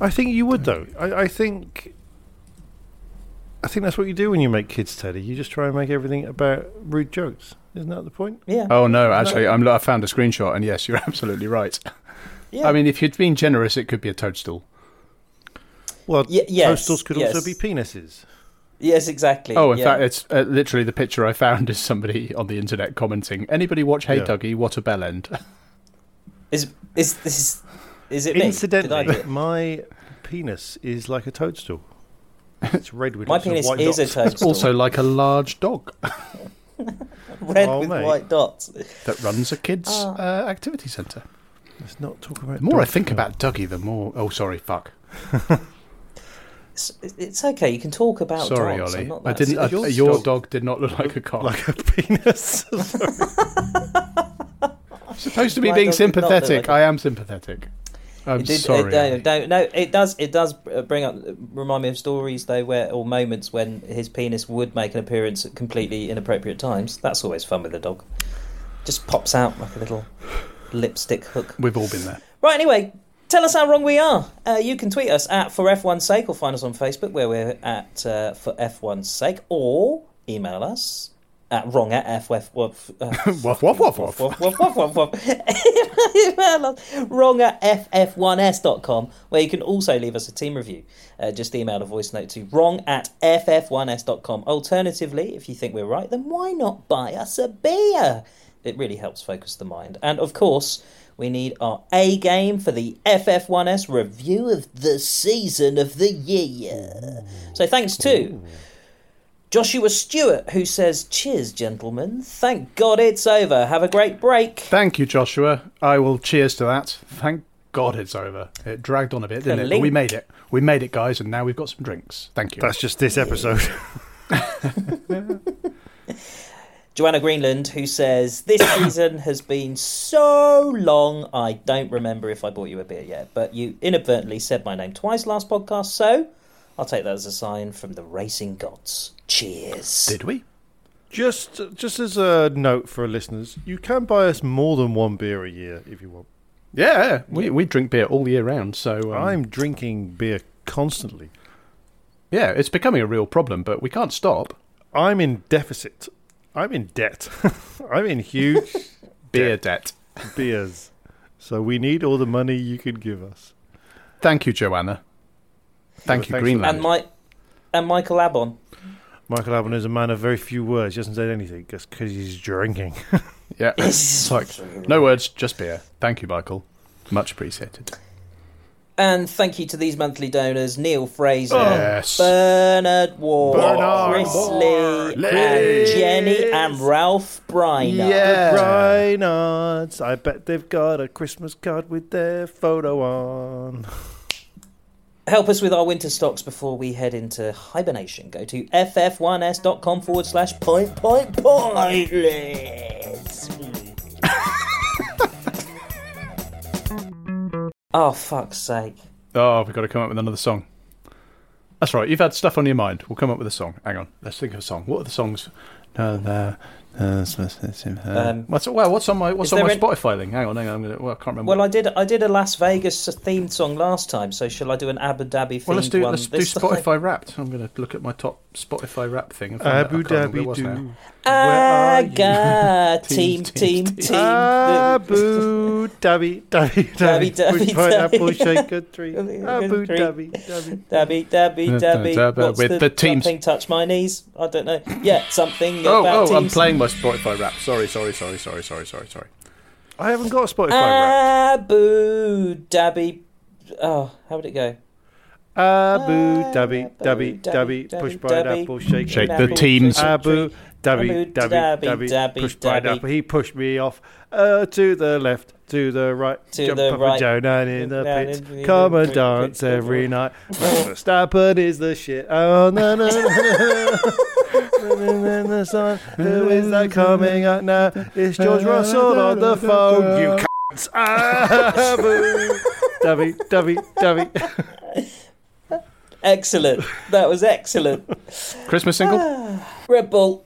D: I think you would though. I, I think. I think that's what you do when you make kids, Teddy. You just try and make everything about rude jokes. Isn't that the point?
B: Yeah.
C: Oh no! Actually, I'm, I found a screenshot, and yes, you're absolutely right.
B: yeah.
C: I mean, if you'd been generous, it could be a toadstool.
D: Well,
B: Ye- yes,
D: toastals could also
B: yes.
D: be penises.
B: yes, exactly.
C: Oh, in
B: yeah.
C: fact, it's uh, literally the picture I found is somebody on the internet commenting, "Anybody watch Hey
D: Yeah.
C: Dougie? What a bell end!"
B: Is, is, this, is it me? Did I do
D: Incidentally,
B: it?
D: my penis is like a toadstool. It's red with
B: My
D: lots of
B: penis
D: white
B: is a
C: It's
D: dots.
B: toadstool.
C: also like a large dog
B: red
D: Oh,
B: with
D: mate.
B: white dots.
C: that runs a kids' uh, activity centre.
D: Let's not talk about.
C: The more I
D: dogs
C: think
D: now.
C: about Dougie, the more. Oh, sorry, fuck.
B: It's, it's okay. You can talk about
C: sorry,
B: dots. I'm
C: Ollie.
B: not
C: I
B: that
C: didn't.
B: silly.
C: I-
D: Your
C: your
D: dog-
C: dog did not look like a cock.
D: like a penis.
C: supposed to be
B: My
C: being
B: dog did not look like
C: sympathetic.
B: a-
C: I am sympathetic. I'm
B: It did- it- uh,
C: sorry.
B: no,
C: Ollie.
B: no, no, it does. It does uh, bring up, remind me of stories though, where or moments when his penis would make an appearance at completely inappropriate times. That's always fun with a dog. Just pops out like a little lipstick hook.
C: We've all been there.
B: Right. Anyway, tell us how wrong we are. Uh, you can tweet us at for F1's sake, or find us on Facebook where we're at uh, for F1's sake, or email us at wrong at f f f uh,
C: Woof woof woof woof.
B: woof, woof, woof, woof, woof. wrong at ff1s.com, where you can also leave us a team review. Uh, just email a voice note to wrong at ff1s.com. Alternatively, if you think we're right, then why not buy us a beer? It really helps focus the mind. And of course, we need our A game for the FF1S review of the season of the year. So thanks to. Joshua Stewart, who says, Cheers, gentlemen. Thank God it's over. Have a great break.
C: Thank you, Joshua. I will cheers to that. Thank God it's over. It dragged on a bit, didn't it? But we
B: link.
C: made it. We made it, guys, and now we've got some drinks. Thank you.
D: That's just this episode.
B: Joanna Greenland, who says, This season has been so long, I don't remember if I bought you a beer yet, but you inadvertently said my name twice last podcast, so I'll take that as a sign from the racing gods. Cheers.
C: Did we?
D: just, just as a note for our listeners, you can buy us more than one beer a year if you want.
C: Yeah, we we drink beer all year round. So um,
D: I'm drinking beer constantly.
C: yeah, it's becoming a real problem, but we can't stop.
D: I'm in deficit. I'm in debt. I'm in huge
C: Beer debt.
D: beers. So we need all the money you can give us.
C: Thank you, Joanna. Thank
D: Yeah,
C: you,
D: thanks for
C: Greenland.
B: And my and Michael Abon.
D: Michael Avenue is a man of very few words. He hasn't said anything just because he's drinking.
C: yeah, it's like no words, just beer. Thank you, Michael. Much appreciated.
B: And thank you to these monthly donors Neil Fraser,
C: Oh, Yes.
B: Bernard Ward,
D: Bernard
B: Chris
D: Ward.
B: Lee, and
C: Liz.
B: Jenny, and Ralph Briner.
D: Reynolds, I bet they've got a Christmas card with their photo on.
B: Help us with our winter stocks before we head into hibernation. Go to ff1s.com forward slash point point point list. oh, fuck's sake.
C: Oh, we've got to come up with another song. That's right. You've had stuff on your mind. We'll come up with a song. Hang on. Let's think of a song. What are the songs? No, no, no, it's- it's- it's in her.
B: Um,
C: uh, what's, well, what's on my what's
B: is
C: on my
B: there an-
C: Spotify link? Hang on, hang on. I'm gonna, well, I can't remember.
B: Well, I did I did a Las Vegas themed song last time, so shall I do an Abu Dhabi themed
C: Well, let's do
B: one
C: let's do
B: this
C: Spotify
B: time?
C: Wrapped. I'm going to look at my top Spotify Wrapped thing. and find out. I
D: Abu
C: can't remember
D: Dhabi
C: what it was now.
D: do.
B: Aga team
C: Team,
B: team
C: team, team.
B: team.
D: Abu Dhabi, Dhabi,
B: Dhabi,
D: Dhabi,
B: Dhabi,
D: Which pineapple
B: Dhabi.
D: shaker tree?
B: Good
D: Abu
B: tree.
D: Dhabi, Dhabi.
B: Dabby, dabby,
C: Uh,
B: dabby.
C: dabba
B: What's
C: with
B: the,
C: the teams.
B: Something touch my knees. I don't know. Yeah, something
C: Oh,
B: about
C: oh,
B: teams.
C: I'm playing my Spotify Wrapped. Sorry, sorry, sorry, sorry, sorry, sorry, sorry.
D: I haven't got a Spotify rap.
B: Abu Dhabi. Oh, how would it go?
D: Abu Dhabi,
B: Dhabi,
D: Dhabi, Dhabi.
B: Dhabi,
D: Push
B: Dhabi.
D: pineapple shaker.
C: Shake
B: Apple
C: the teams.
B: tree.
D: Abu
B: Abu
D: Dhabi, Dhabi,
B: Dhabi,
D: Dhabi,
B: Dhabi,
D: push
B: Dhabi.
D: pineapple. He pushed me off uh, to the left, to the right,
B: To
D: jump
B: the
D: up
B: right.
D: and down and in the
B: Down
D: pit.
B: in the-
D: Come and
B: the-
D: dance
B: the-
D: every night. Verstappen is the shit. Oh no no no. no. in the sun. Who is that coming up now? It's George Russell on the phone. You cunts. Ah, Abu Dhabi, Dhabi, Dhabi.
B: Excellent. That was excellent.
C: Christmas single.
B: Red Bull.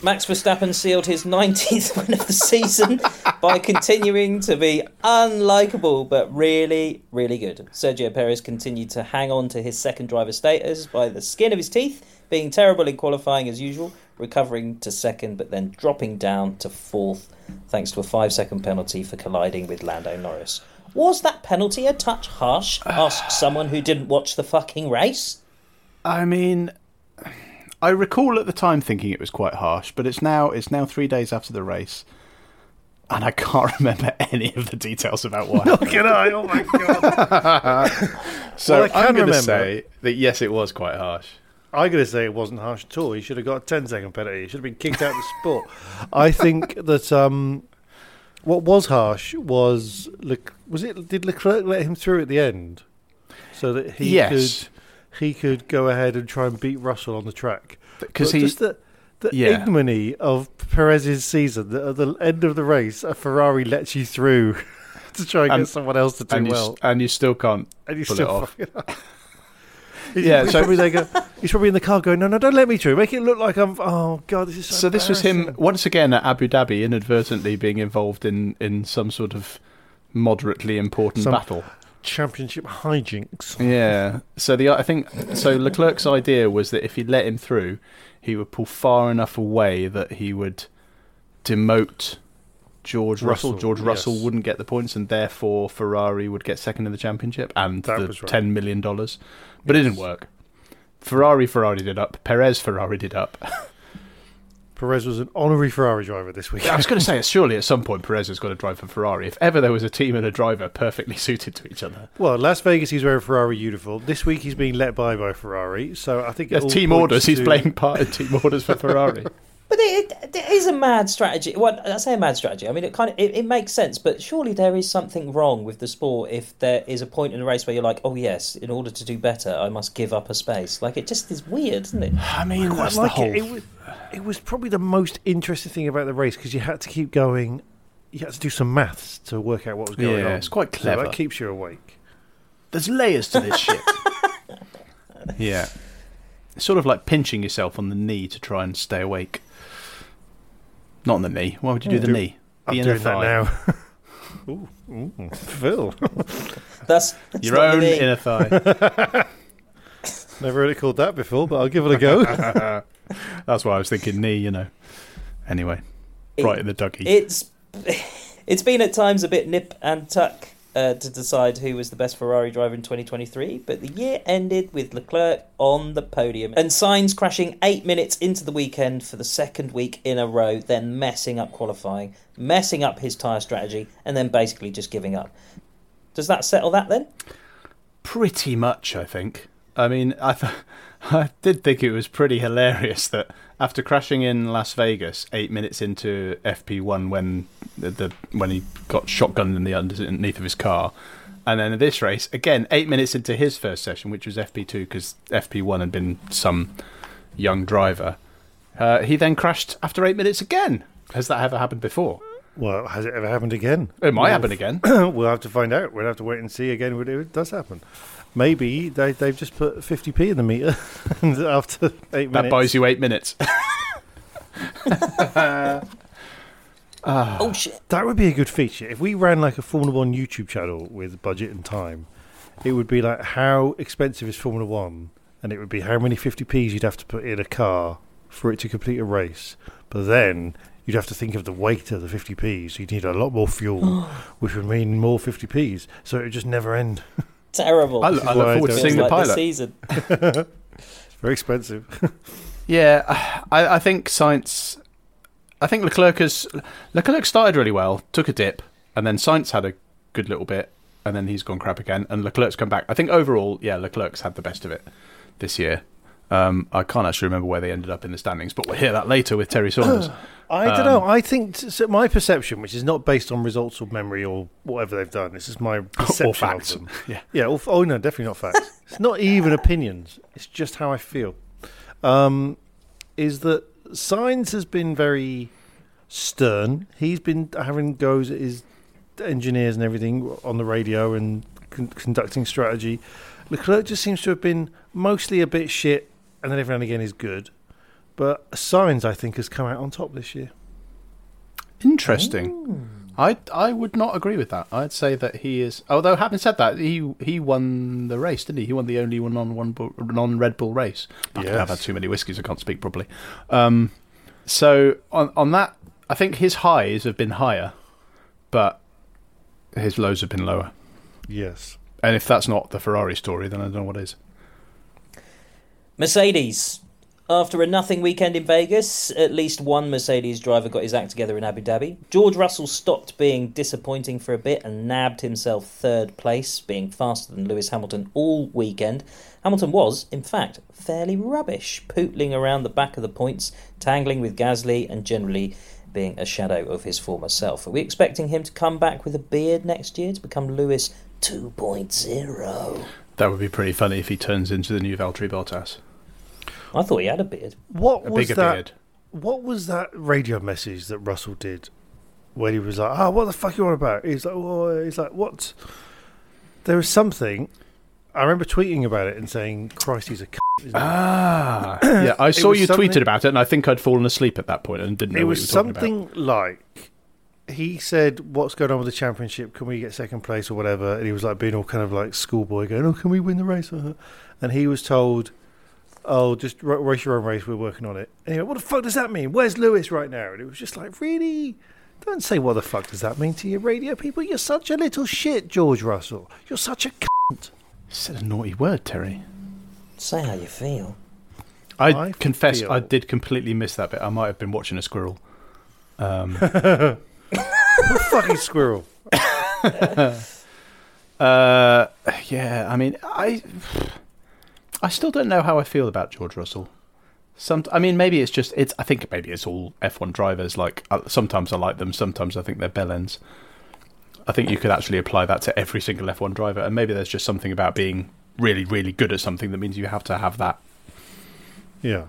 B: Max Verstappen sealed his 19th win of the season by continuing to be unlikable but really, really good. Sergio Perez continued to hang on to his second driver status by the skin of his teeth, being terrible in qualifying as usual, recovering to second but then dropping down to fourth thanks to a five second penalty for colliding with Lando Norris. Was that penalty a touch harsh? asked someone who didn't watch the fucking race.
C: I mean, I recall at the time thinking it was quite harsh, but it's now it's now three days after the race, and I can't remember any of the details about what happened.
D: Can I? Oh my god.
C: So
D: Well, I can
C: I'm going
D: remember-
C: to say that yes, it was quite harsh.
D: I'm going to say it wasn't harsh at all. He should have got a 10 second penalty. He should have been kicked out of the sport. I think that um, what was harsh was Lec- was it did Leclerc let him through at the end so that he
C: yes,
D: could he could go ahead and try and beat Russell on the track
C: because
D: But
C: he.
D: just the, the
C: Yeah.
D: ignominy of Perez's season that at the end of the race a Ferrari lets you through to try and,
C: And-
D: get someone else to do
C: and you,
D: well
C: and you still can't.
D: and you
C: pull it
D: still
C: off.
D: fuck it up.
C: Yeah,
D: he's
C: so-
D: probably there go, he's probably in the car going, no, no, don't let me through. Make it look like I'm. Oh god, this is so.
C: So this was him once again at Abu Dhabi, inadvertently being involved in in some sort of moderately important
D: Some-
C: battle.
D: championship hijinks.
C: Yeah. So the I think so Leclerc's idea was that if he let him through, he would pull far enough away that he would demote George Russell.
D: Russell,
C: George Russell
D: yes.
C: wouldn't get the points, and therefore Ferrari would get second in the championship and
D: That
C: the
D: was right.
C: ten million dollars. But it didn't work. Ferrari, Ferrari did up. Perez, Ferrari did up.
D: Perez was an honorary Ferrari driver this week.
C: I was going to say, surely at some point Perez has got to drive for Ferrari. If ever there was a team and a driver perfectly suited to each other,
D: well, Las Vegas he's wearing a Ferrari uniform. This week he's being let by by Ferrari. So I think it
C: There's
D: all
C: team
D: points
C: orders. He's
D: to-
C: playing part in team orders for Ferrari.
B: But it, it, it is a mad strategy. Well, I say a mad strategy. I mean, it kind of it, it makes sense, but surely there is something wrong with the sport if there is a point in a race where you're like, oh yes, in order to do better, I must give up a space. Like it just is weird, isn't it?
C: I mean,
D: Quite like it. It was, it was probably the most interesting thing about the race because you had to keep going. You had to do some maths to work out what was going
C: Yeah,
D: on.
C: it's quite
D: So
C: clever.
D: that keeps you awake.
C: There's layers to this shit. yeah. It's sort of like pinching yourself on the knee to try and stay awake. Not on the knee. Why would you do the
D: Do-
C: knee?
D: I'm
C: The inner
D: doing that
C: thigh.
D: now. ooh, ooh, Phil.
B: That's, that's
C: Your
B: not
C: own
B: the thing.
C: inner thigh.
D: Never heard it called that before, but I'll give it a go.
C: That's why I was thinking knee, you know. Anyway,
B: It-
C: right in the ducky.
B: It's it's been at times a bit nip and tuck uh, to decide who was the best Ferrari driver in 2023, but the year ended with Leclerc on the podium and Sainz crashing eight minutes into the weekend for the second week in a row, then messing up qualifying, messing up his tyre strategy, and then basically just giving up. Does that settle that then?
C: Pretty much, I think. I mean, I th- I did think it was pretty hilarious that after crashing in Las Vegas eight minutes into FP1 when the, the when he got shotgunned in the underneath of his car, and then in this race again eight minutes into his first session, which was FP2 because FP1 had been some young driver. Uh, he then crashed after eight minutes again. Has that ever happened before?
D: well, has it ever happened again?
C: It might happen again.
D: we'll have to find out. We'll have to wait and see again whether it does happen. Maybe they, they've just put 50p in the meter and after eight minutes.
C: That buys you eight minutes.
B: Oh shit!
D: That would be a good feature. If we ran like a Formula One YouTube channel with budget and time, it would be like how expensive is Formula One? And it would be how many 50p's you'd have to put in a car for it to complete a race. But then you'd have to think of the weight of the 50p's. You'd need a lot more fuel, which would mean more 50p's. So it would just never end.
B: Terrible.
C: I, I look
D: why I
C: forward to
D: don't-
B: Feels
C: seeing the
B: like this
C: pilot.
B: season.
D: Very expensive.
C: Yeah, I, I think science. I think Leclerc has Leclerc started really well, took a dip, and then science had a good little bit, and then he's gone crap again, and Leclerc's come back. I think overall, yeah, Leclerc's had the best of it this year. Um, I can't actually remember where they ended up in the standings, but we'll hear that later with Terry Saunders.
D: I don't know. I think t- so my perception, which is not based on results or memory or whatever they've done, this is my perception
C: facts.
D: of them.
C: Yeah.
D: yeah. Or, f- oh no, definitely not facts. it's not even opinions. It's just how I feel. Um, is that Signs has been very stern. He's been having goes at his engineers and everything on the radio and con- conducting strategy. Leclerc just seems to have been mostly a bit shit, and then every now and again is good. But Signs, I think, has come out on top this year.
C: Interesting. I I would not agree with that. I'd say that he is. Although having said that, he he won the race, didn't he? He won the only one on one non Red Bull race. Fucking hell, I've had
D: Yes.
C: too many whiskies. I can't speak properly. Um, so on on that, I think his highs have been higher, but his lows have been lower.
D: Yes.
C: And if that's not the Ferrari story, then I don't know what is.
B: Mercedes After a nothing weekend in Vegas, at least one Mercedes driver got his act together in Abu Dhabi. George Russell stopped being disappointing for a bit and nabbed himself third place, being faster than Lewis Hamilton all weekend. Hamilton was, in fact, fairly rubbish, pootling around the back of the points, tangling with Gasly, and generally being a shadow of his former self. Are we expecting him to come back with a beard next year to become Lewis 2.0?
C: That would be pretty funny if he turns into the new Valtteri Bottas.
B: I thought he had a beard.
D: What
C: A
D: was
C: bigger
D: that?
C: beard.
D: What was that radio message that Russell did when he was like, "Ah, what the fuck you on about?" He's like, "Oh, he's like, what?" There was something. I remember tweeting about it and saying, "Christ, he's a." C-, isn't he?"
C: Ah, yeah. I saw
D: was
C: you
D: something-
C: tweeted about it, and I think I'd fallen asleep at that point and didn't know
D: it
C: what
D: was
C: you were talking about.
D: something like he said, "What's going on with the championship? Can we get second place or whatever?" And he was like being all kind of like schoolboy, going, "Oh, can we win the race?" Uh-huh. And he was told, "Oh, just r- race your own race. We're working on it." Anyway, what the fuck does that mean? Where's Lewis right now? And it was just like, really. Don't say what the fuck does that mean to your radio people. You're such a little shit, George Russell. You're such a. C-
C: Said a naughty word, Terry.
B: Say how you feel.
C: I,
D: I
C: confess,
D: feel-
C: I did completely miss that bit. I might have been watching a squirrel.
D: fucking squirrel.
C: Uh, yeah, I mean, I, I still don't know how I feel about George Russell. Some, I mean, maybe it's just it's. I think maybe it's all F1 drivers. Like uh, sometimes I like them, sometimes I think they're bellends. I think you could actually apply that to every single F1 driver, and maybe there's just something about being really, really good at something that means you have to have that
D: Yeah.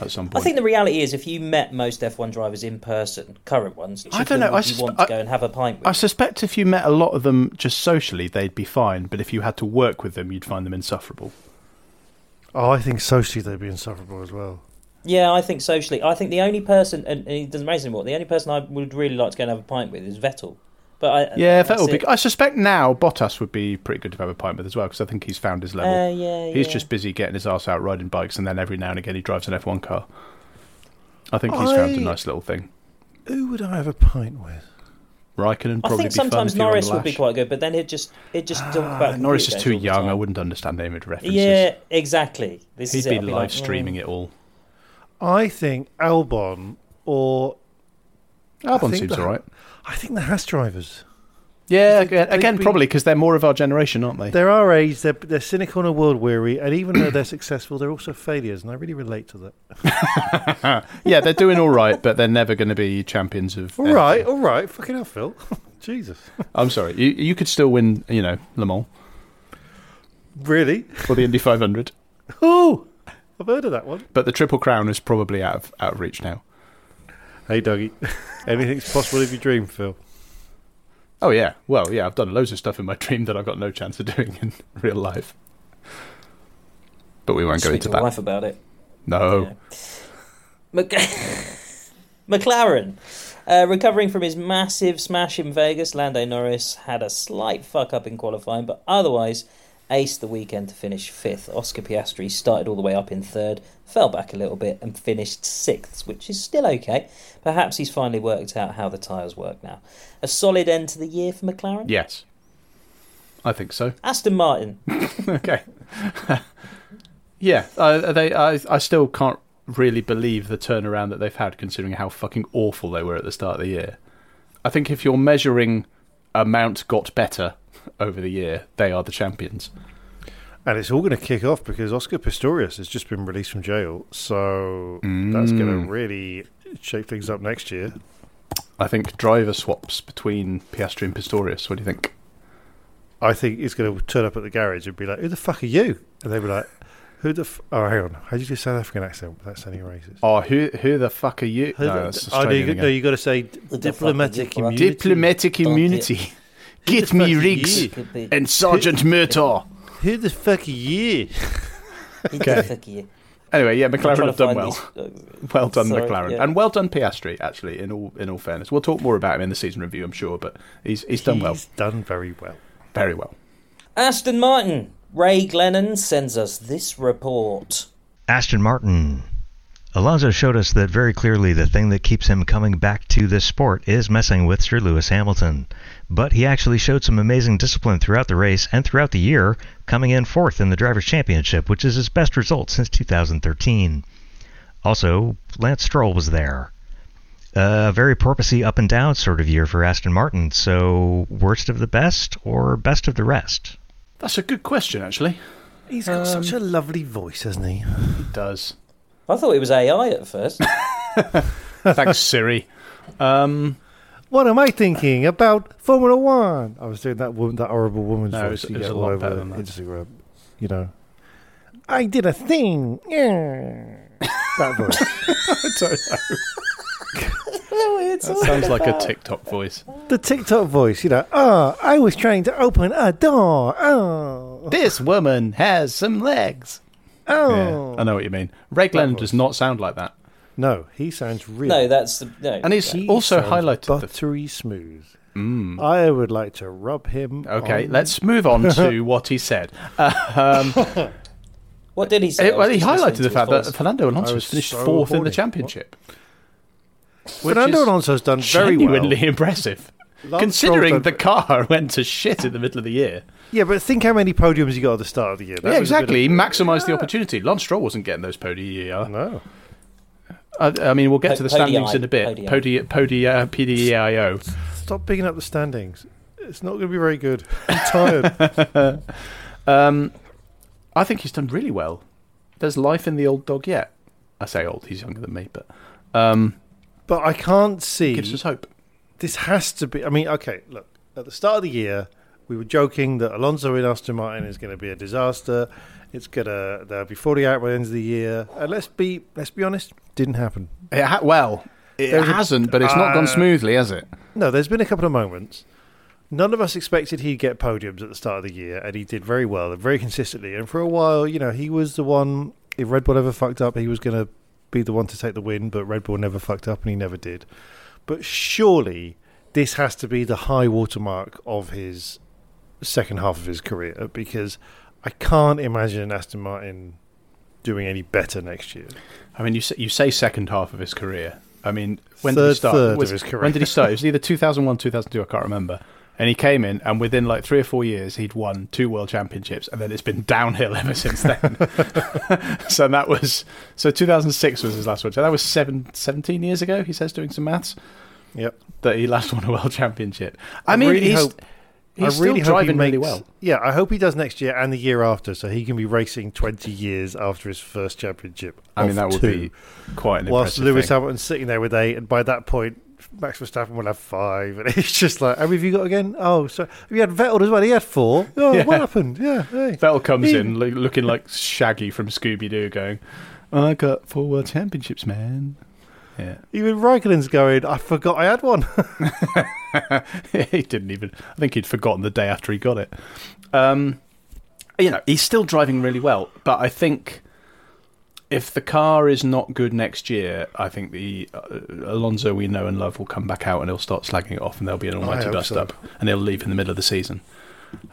C: at some
B: I
C: point.
B: think the reality is, if you met most F1 drivers in person, current ones, which
C: I
B: of
C: don't
B: them
C: know,
B: would
C: I
B: you
C: sus-
B: want to
C: I-
B: go and have a pint with?
C: I suspect if you met a lot of them just socially, they'd be fine. But if you had to work with them, you'd find them insufferable.
D: Oh, I think socially they'd be insufferable as well.
B: yeah, I think socially. I think the only person, and, and he doesn't race anymore, the only person I would really like to go and have a pint with is Vettel. But I,
C: Yeah,
B: that's
C: that would
B: it.
C: be. I suspect now Bottas would be pretty good to have a pint with as well because I think he's found his level.
B: Uh, yeah,
C: He's
B: yeah.
C: just busy getting his ass out riding bikes, and then every now and again he drives an F1 car. I think he's found a
D: I-
C: nice little thing.
D: Who would I have a pint with?
C: Raikkonen
B: I
C: probably
B: think
C: be fun
B: sometimes
C: if you're on
B: Norris
C: the
B: would be
C: lash.
B: quite good, but then he'd just he'd just talk about.
C: Uh, Norris is
B: computer
C: too
B: games all the
C: young. I
B: time.
C: wouldn't understand aimed references.
B: Yeah, exactly. This
C: he'd
B: is it.
C: be
B: I'd
C: live
B: be like, mm.
C: streaming it all.
D: I think Albon or I
C: Albon
D: think
C: seems
D: the-
C: all right.
D: I think the Haas drivers.
C: Yeah, again, again
D: be-
C: probably because they're more of our generation, aren't they?
D: They're our age. They're, they're cynical and world weary, and even though they're successful, they're also failures, and I really relate to that.
C: yeah, they're doing all right, but they're never going to be champions of.
D: All right, all right. Fucking hell, Phil. Jesus.
C: I'm sorry. You you could still win, you know, Le Mans
D: Really?
C: or the Indy 500.
D: Oh, I've heard of that one.
C: But the Triple Crown is probably out of, out of reach now.
D: Hey, Dougie. Anything's possible if you dream, Phil.
C: Oh, yeah. Well, yeah, I've done loads of stuff in my dream that I've got no chance of doing in real life. But we won't go
B: Speak to
C: into
B: my
C: that.
B: wife about it.
C: No.
B: Yeah. Mc- McLaren. Uh, recovering from his massive smash in Vegas, Lando Norris had a slight fuck up in qualifying, but otherwise aced the weekend to finish fifth. Oscar Piastri started all the way up in third, fell back a little bit, and finished sixth, which is still okay. Perhaps he's finally worked out how the tyres work now. A solid end to the year for McLaren.
C: Yes. I think so.
B: Aston Martin.
C: okay. yeah, I, they. I, I still can't really believe the turnaround that they've had, considering how fucking awful they were at the start of the year. I think if you're measuring amount got better over the year, they are the champions.
D: And it's all going to kick off because Oscar Pistorius has just been released from jail, so that's going to really shake things up next year.
C: I think driver swaps between Piastri and Pistorius. What do you think?
D: I think he's going to turn up at the garage and be like, "Who the fuck are you?" And they'll be like, "Who the? F- oh, hang on. How do you do South African accent? That's sounding racist."
C: Oh, who who the fuck are you?
D: Who
C: No,
D: the-
C: that's
D: oh, no,
C: Australian
D: you,
C: again.
D: no, you got to say
B: the
D: diplomatic
B: fuck are you?
D: immunity.
C: Diplomatic
B: Don't
C: immunity. Get
D: fuck
C: me
D: are
C: Riggs
D: you?
B: Could be-
C: and Sergeant Murtaugh.
D: Who the fuck are you?
B: Okay. Fuck you.
C: Anyway, yeah,
B: I'm
C: McLaren
B: trying
C: have
B: to
C: done
B: find
C: well.
B: these- uh,
C: Well done,
B: Sorry,
C: McLaren,
B: yeah.
C: and well done, Piastri. Actually, in all in all fairness, we'll talk more about him in the season review, I'm sure. But he's he's done well,
D: He's done very well.
C: very well.
B: Aston Martin. Ray Glennon sends us this report.
F: Aston Martin. Alonso showed us that very clearly the thing that keeps him coming back to this sport is messing with Sir Lewis Hamilton. But he actually showed some amazing discipline throughout the race and throughout the year, coming in fourth in the Drivers' Championship, which is his best result since 2013. Also, Lance Stroll was there. A very porpoisey up and down sort of year for Aston Martin, so worst of the best or best of the rest?
C: That's a good question, actually.
D: He's got such a lovely voice, hasn't he?
C: It does.
B: I thought it was AI at first.
C: Thanks, Siri. Um,
D: What am I thinking about Formula One? I was doing that woman, that horrible woman's
C: No,
D: voice
C: it's-
D: you
C: it's
D: get
C: a
D: all
C: lot
D: over
C: better than that.
D: Instagram. You know, I did a thing. Yeah. that voice.
C: that sounds like a TikTok voice.
D: The TikTok voice, you know, oh, I was trying to open a door. Oh,
C: This woman has some legs.
D: oh.
C: Yeah, I know what you mean. Raglan does not sound like that.
D: No, he sounds real.
B: no, that's the no.
C: And he's
D: He
C: also
D: sounds
C: highlighted the Mm.
D: buttery smooth. I would like to rub him.
C: Okay,
D: on-
C: let's move on to what he said. Uh, um,
B: what did he say?
C: it- well,
B: I
C: he
B: was just
C: highlighted
B: listening
C: the
B: to
C: fact
B: his
C: that
B: voice.
C: Fernando
D: I
C: Alonso
D: was
C: finished
D: so
C: fourth in
D: horny.
C: the championship. Which
D: Fernando
C: is
D: Alonso's done very well.
C: genuinely impressive,
D: Stroll
C: considering
D: done-
C: the car went to shit in the middle of the year.
D: Yeah, but think how many podiums he got at the start of the year. That
C: yeah,
D: was a bit
C: exactly.
D: of-
C: He maximised the opportunity. Lance Stroll wasn't getting those podia.
D: no.
C: I, I mean, we'll get
B: Po-
C: to the
B: podii,
C: standings in a bit. uh,
B: podii.
C: Podia, podia, PDEIO.
D: Stop picking up the standings. It's not going to be very good. I'm tired.
C: I think he's done really well. There's life in the old dog yet. I say old. He's younger than me, but um,
D: but I can't see.
C: gives us hope.
D: this has to be. I mean, okay, look. At the start of the year, we were joking that Alonso in Aston Martin is going to be a disaster. It's gonna there'll be forty out by the end of the year. And let's be let's be honest, didn't happen.
C: It ha- well, it
D: There's a-
C: hasn't, but it's not
D: uh,
C: gone smoothly, has it?
D: No, there's been a couple of moments. None of us expected he'd get podiums at the start of the year, and he did very well and very consistently. And for a while, you know, he was the one. If Red Bull ever fucked up, he was going to be the one to take the win, but Red Bull never fucked up, and he never did. But surely this has to be the high watermark of his second half of his career because I can't imagine Aston Martin doing any better next year.
C: I mean, you say, you say second half of his career. I mean, when did he
D: Third
C: start?
D: third of
C: Was-
D: his career.
C: When did he start? It was either 2001, 2002. I can't remember. And he came in, and within like three or four years, he'd won two world championships, and then it's been downhill ever since then. so that was so 2006 was his last one. So that was seven, 17 years ago. He says doing some maths
D: Yep.
C: that he last won a world championship. I, mean,
D: really
C: he's,
D: hope-
C: he's
D: I really
C: still
D: hope he
C: driving really
D: makes-
C: well.
D: Yeah, I hope he does next year and the year after, so he can be racing twenty years after his first championship.
C: I mean,
D: of
C: that would
D: two,
C: be quite an
D: whilst
C: impressive
D: Lewis
C: thing.
D: Hamilton's sitting there with eight, and by that point, Max Verstappen will have five, and it's just like, how many have you got again? Oh, so you had Vettel as well. He had four. Oh,
C: Yeah.
D: what happened? Yeah, hey.
C: Vettel comes
D: He-
C: in loo- looking like Shaggy from Scooby Doo, going, "I got four world championships, man." Yeah,
D: Even Raikkonen's going. I forgot I had one.
C: he didn't even. I think he'd forgotten the day after he got it. Um, you know, he's still driving really well, but I think if the car is not good next year, I think the uh, Alonso we know and love will come back out and he'll start slagging it off, and there'll be an almighty
D: hope
C: bust
D: so.
C: up, and he'll leave in the middle of the season.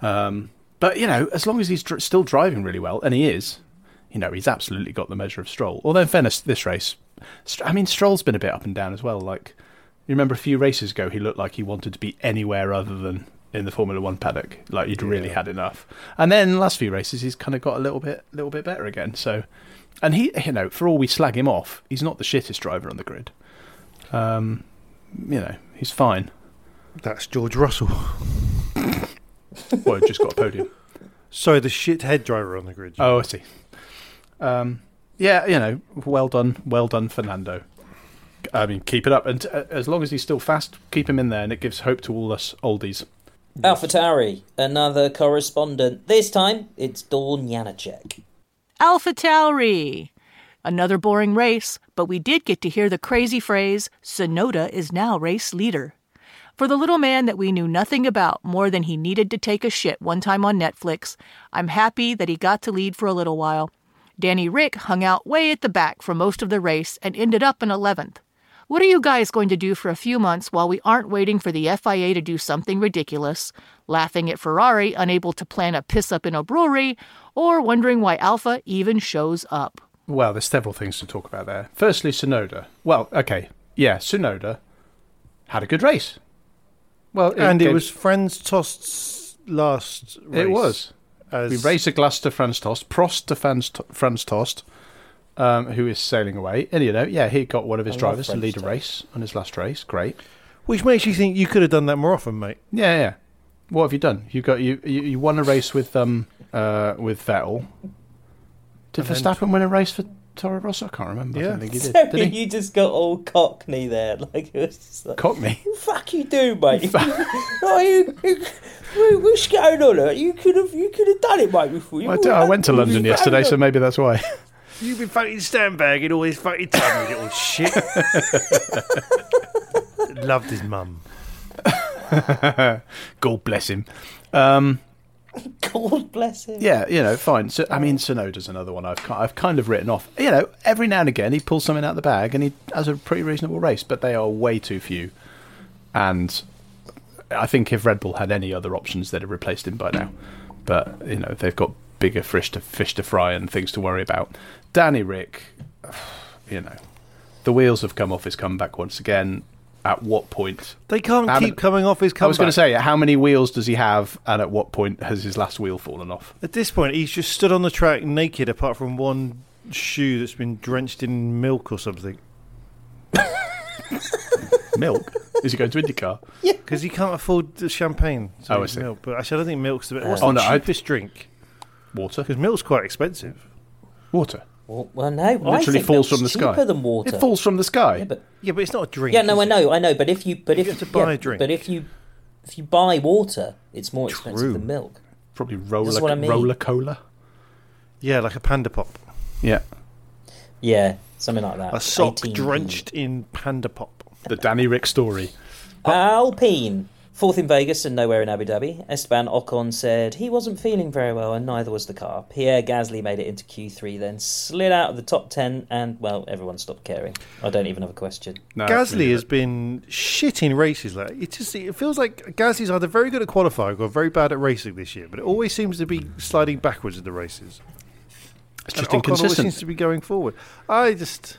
C: Um, but you know, as long as he's dr- still driving really well, and he is, you know, he's absolutely got the measure of Stroll. Although in fairness, this race, St- I mean, Stroll's been a bit up and down as well. Like you remember a few races ago, he looked like he wanted to be anywhere other than in the Formula One paddock. Like he'd really had enough. And then last few races, he's kind of got a little bit, little bit better again. So, and he, you know, for all we slag him off, he's not the shittest driver on the grid. Um, you know, he's fine.
D: That's George Russell.
C: Well, just got a podium.
D: Sorry, the shithead driver on the grid.
C: Oh, I see. Um, yeah, you know, well done, well done, Fernando. I mean, keep it up, and uh, as long as he's still fast, keep him in there, and it gives hope to all us oldies.
B: AlphaTauri, another correspondent. This time it's Dawn Janacek.
G: Alpha Tauri. Another boring race, but we did get to hear the crazy phrase Sonoda is now race leader. For the little man that we knew nothing about more than he needed to take a shit one time on Netflix, I'm happy that he got to lead for a little while. Danny Rick hung out way at the back for most of the race and ended up in 11th. What are you guys going to do for a few months while we aren't waiting for the FIA to do something ridiculous? Laughing at Ferrari, unable to plan a piss up in a brewery, or wondering why Alpha even shows up?
C: Well, there's several things to talk about there. Firstly, Sonoda. Well, okay, yeah, Sonoda had a good race. Well,
D: and it
C: gave-
D: was Franz Tost's last. Race
C: it was.
D: as
C: We raised a glass to Franz Tost, Prost to Franz, Franz Tost, um, who is sailing away. And, you know, yeah, he got one of his
D: I love
C: drivers to
D: French
C: lead a
D: stuff.
C: race on his last race. Great.
D: Which makes you think you could have done that more often, mate.
C: Yeah, yeah. What have you done? You got you you, you won a race with um uh with Vettel. Did
B: And then-
C: Verstappen win a race for Toro Rosso? I can't remember. I don't think he did.
B: Sorry,
C: did he?
B: you just got all cockney there. Like it was just like,
C: Cockney?
B: Fuck you, do mate. Like, you, you, wha- what's going on? here? You could have, you could have done it, mate. Before you.
C: I, do- I went to London yesterday, so maybe that's why.
D: You've been fucking sandbagging all this fucking time, you little shit. Loved his mum.
C: God bless him. Um,
B: God bless him.
C: yeah, you know, fine. So, I mean, Sonoda's another one I've ki- I've kind of written off. You know, every now and again he pulls something out of the bag and he has a pretty reasonable race, but they are way too few. And I think if Red Bull had any other options, they'd have replaced him by now. But you know, they've got bigger fish to fish to fry and things to worry about. Danny Rick, you know, the wheels have come off his comeback once again. At what point
D: They can't
C: How
D: keep
C: many-
D: coming off his
C: I
D: comeback.
C: was going to say, how many wheels does he have, and at what point has his last wheel fallen off?
D: At this point, he's just stood on the track naked, apart from one shoe that's been drenched in milk or something.
C: Milk? Is he going to IndyCar?
D: Because he can't afford the champagne. So
C: Oh, I
D: it's
C: see.
D: Milk. But actually, I don't think milk's the best. What's
C: Oh,
D: the
C: no, I-
D: cheapest drink?
C: Water.
D: Because milk's quite expensive.
C: Water.
B: Well, well no. I
C: Literally
B: think
C: falls
B: milk's
C: from the sky.
B: Cheaper than water.
C: It falls from the sky.
B: Yeah, but
D: Yeah, but it's not a drink.
B: yeah, no,
D: is
B: I
D: it?
B: know, I know. But if you, but if
D: have to buy
B: yeah,
D: a drink.
B: but if you, if you buy water, it's more expensive
D: True.
B: than milk.
C: Probably roller,
B: That's what I mean.
C: roller cola.
D: Yeah, like a panda pop.
C: Yeah.
B: Yeah, something like that.
D: A sock
B: 18p.
D: drenched in panda pop.
C: The Danny Rick story.
B: Alpine. Fourth in Vegas and nowhere in Abu Dhabi, Esteban Ocon said he wasn't feeling very well and neither was the car. Pierre Gasly made it into Q3, then slid out of the top 10 and, well, everyone stopped caring. I don't even have a question.
C: No,
D: Gasly has been shitting races. Like it just, it feels like Gasly's either very good at qualifying or very bad at racing this year. But it always seems to be sliding backwards in the races.
C: It's just
D: And Ocon always
C: inconsistent.
D: seems to be going forward. I just,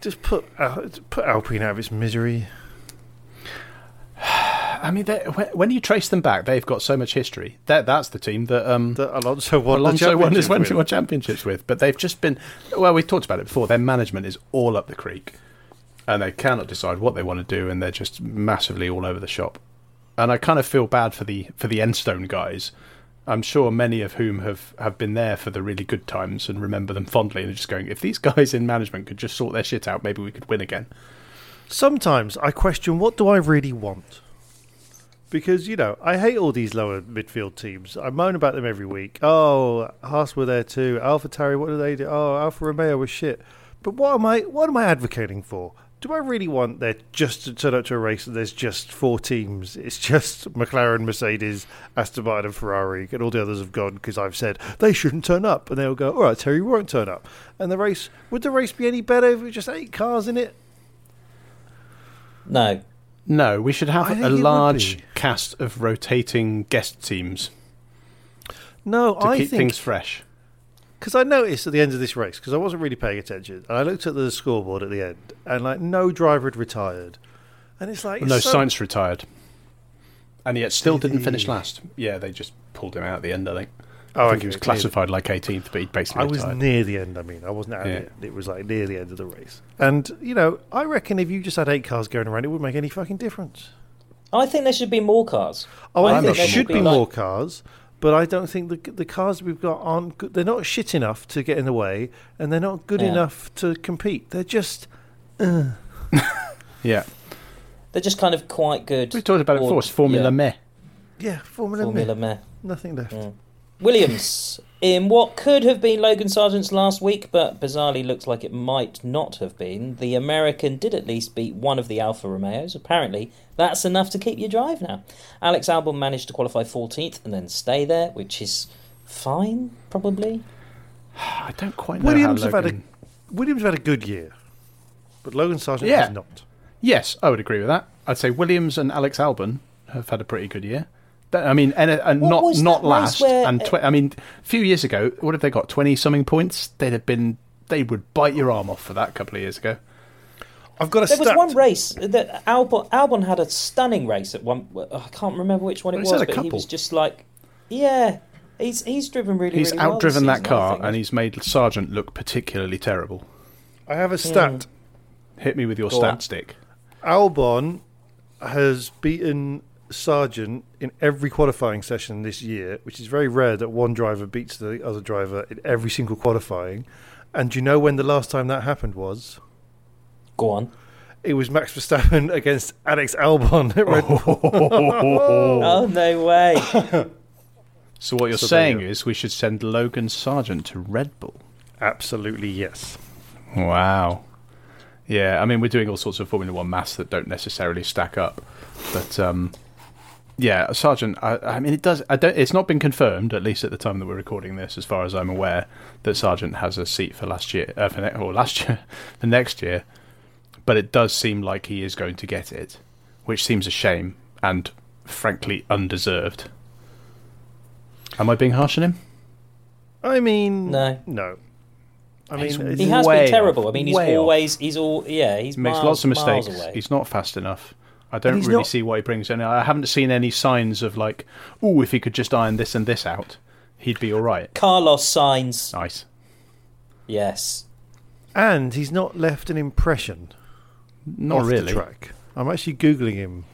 D: just put Al- put Alpine out of its misery.
C: I mean, they- when, when you trace them back, they've got so much history. That that's the team that um,
D: That Alonso won. the
C: Alonso won his
D: championship
C: won
D: with.
C: more championships with. But they've just been. Well, we talked about it before. Their management is all up the creek, and they cannot decide what they want to do, and they're just massively all over the shop. And I kind of feel bad for the for the Enstone guys. I'm sure many of whom have, have been there for the really good times and remember them fondly, and are just going, if these guys in management could just sort their shit out, maybe we could win again.
D: Sometimes I question what do I really want? Because, you know, I hate all these lower midfield teams. I moan about them every week. Oh, Haas were there too. Alpha Terry, what do they do? Oh, Alpha Romeo was shit. But what am I what am I advocating for? Do I really want there just to turn up to a race and there's just four teams? It's just McLaren, Mercedes, Aston Martin, and Ferrari, and all the others have gone because I've said they shouldn't turn up, and they'll go, all right, Terry won't turn up. And the race would the race be any better if it was just eight cars in it?
B: No.
C: No, we should
D: I
C: have
D: think
C: a
D: it would
C: large
D: be.
C: cast of rotating guest teams
D: No,
C: to
D: I
C: keep
D: think
C: things fresh.
D: because I noticed at the end of this race because I wasn't really paying attention, and I looked at the scoreboard at the end, and like no driver had retired, and it's like
C: no,
D: it's so-
C: Science retired, and yet still
D: Did
C: didn't finish
D: he?
C: last. Yeah, they just pulled him out at the end. I think. I
D: Oh,
C: think
D: okay,
C: he was
D: clearly.
C: classified like 18th, but he basically
D: I was
C: retired.
D: near the end. I mean, I wasn't at
C: Yeah.
D: it. It was like near the end of the race, and you know, I reckon if you just had eight cars going around, it wouldn't make any fucking difference.
B: I think there should be more cars.
D: Oh, I,
B: I'm not
D: think there
B: sure
D: should
B: we'll
D: be
B: be
D: more
B: like-
D: cars, but I don't think the the cars we've got aren't good. They're not shit enough to get in the way, and they're not good
B: Yeah.
D: enough to compete. They're just
C: Yeah,
B: They're just kind of quite good.
C: we talked about it
B: or-
C: before. It's Formula
B: yeah,
C: Meh.
D: yeah, Formula,
B: Formula
D: Meh.
B: Meh.
D: nothing left.
B: Williams, in what could have been Logan Sargent's last week, but bizarrely looks like it might not have been, the American did at least beat one of the Alfa Romeos. Apparently, that's enough to keep you drive now. Alex Albon managed to qualify 14th and then stay there, which is fine, probably.
C: I don't quite know
D: Williams
C: how
D: have had a
C: Logan-
D: Williams have had a good year, but Logan Sargent
C: Yeah.
D: has not.
C: Yes, I would agree with that. I'd say Williams and Alex Albon have had a pretty good year. That- I mean, and, and
B: What
C: not
B: was
C: not
B: that race
C: last.
B: where-
C: and tw- I mean, a few years ago, what have they got? Twenty something points. They'd have been. They would bite your arm off for that a couple of years ago.
D: I've got a
B: There was
D: stat.
B: one race that Albon, Albon had a stunning race at one. I can't remember which one it
C: Well, he's
B: was,
C: had a
B: but he
C: couple.
B: was just like, yeah, He's he's driven really.
C: He's
B: really well this
C: outdriven that
B: season, I
C: car
B: think.
C: and he's made Sargent look particularly terrible.
D: I have a
B: Hmm.
D: stat.
C: Hit me with your
B: Go
C: stat
B: on.
C: stick.
D: Albon has beaten Sargent in every qualifying session this year, which is very rare that one driver beats the other driver in every single qualifying. And do you know when the last time that happened was?
B: Go on.
D: It was Max Verstappen against Alex Albon at Red Bull.
B: Oh no way!
C: So what you're
D: So there you
C: saying
D: go.
C: is we should send Logan Sargent to Red Bull.
D: Absolutely, yes.
C: Wow. Yeah, I mean we're doing all sorts of Formula One maths that don't necessarily stack up, but um, yeah, Sargent. I, I mean, it does. I don't. It's not been confirmed, at least at the time that we're recording this, as far as I'm aware, that Sargent has a seat for last year, uh, for ne- or last year for next year. But it does seem like he is going to get it, which seems a shame and frankly undeserved. Am I being harsh on him?
D: I mean,
B: No.
D: no. I
C: He's
D: mean,
B: He
D: it's,
C: wa-
B: has
C: Way
B: been
C: off.
B: terrible. I mean, he's
C: Way off.
B: always he's all yeah. He's
C: He makes
B: miles-
C: lots of
B: miles
C: mistakes.
B: away.
C: He's not fast enough. I don't
D: he's
C: really
D: not-
C: see what he brings in. I haven't seen any signs of like, oh, if he could just iron this and this out, he'd be all right.
B: Carlos signs.
C: Nice.
B: Yes.
D: and he's not left an impression
C: Not
D: off
C: really.
D: the track. I'm actually googling him,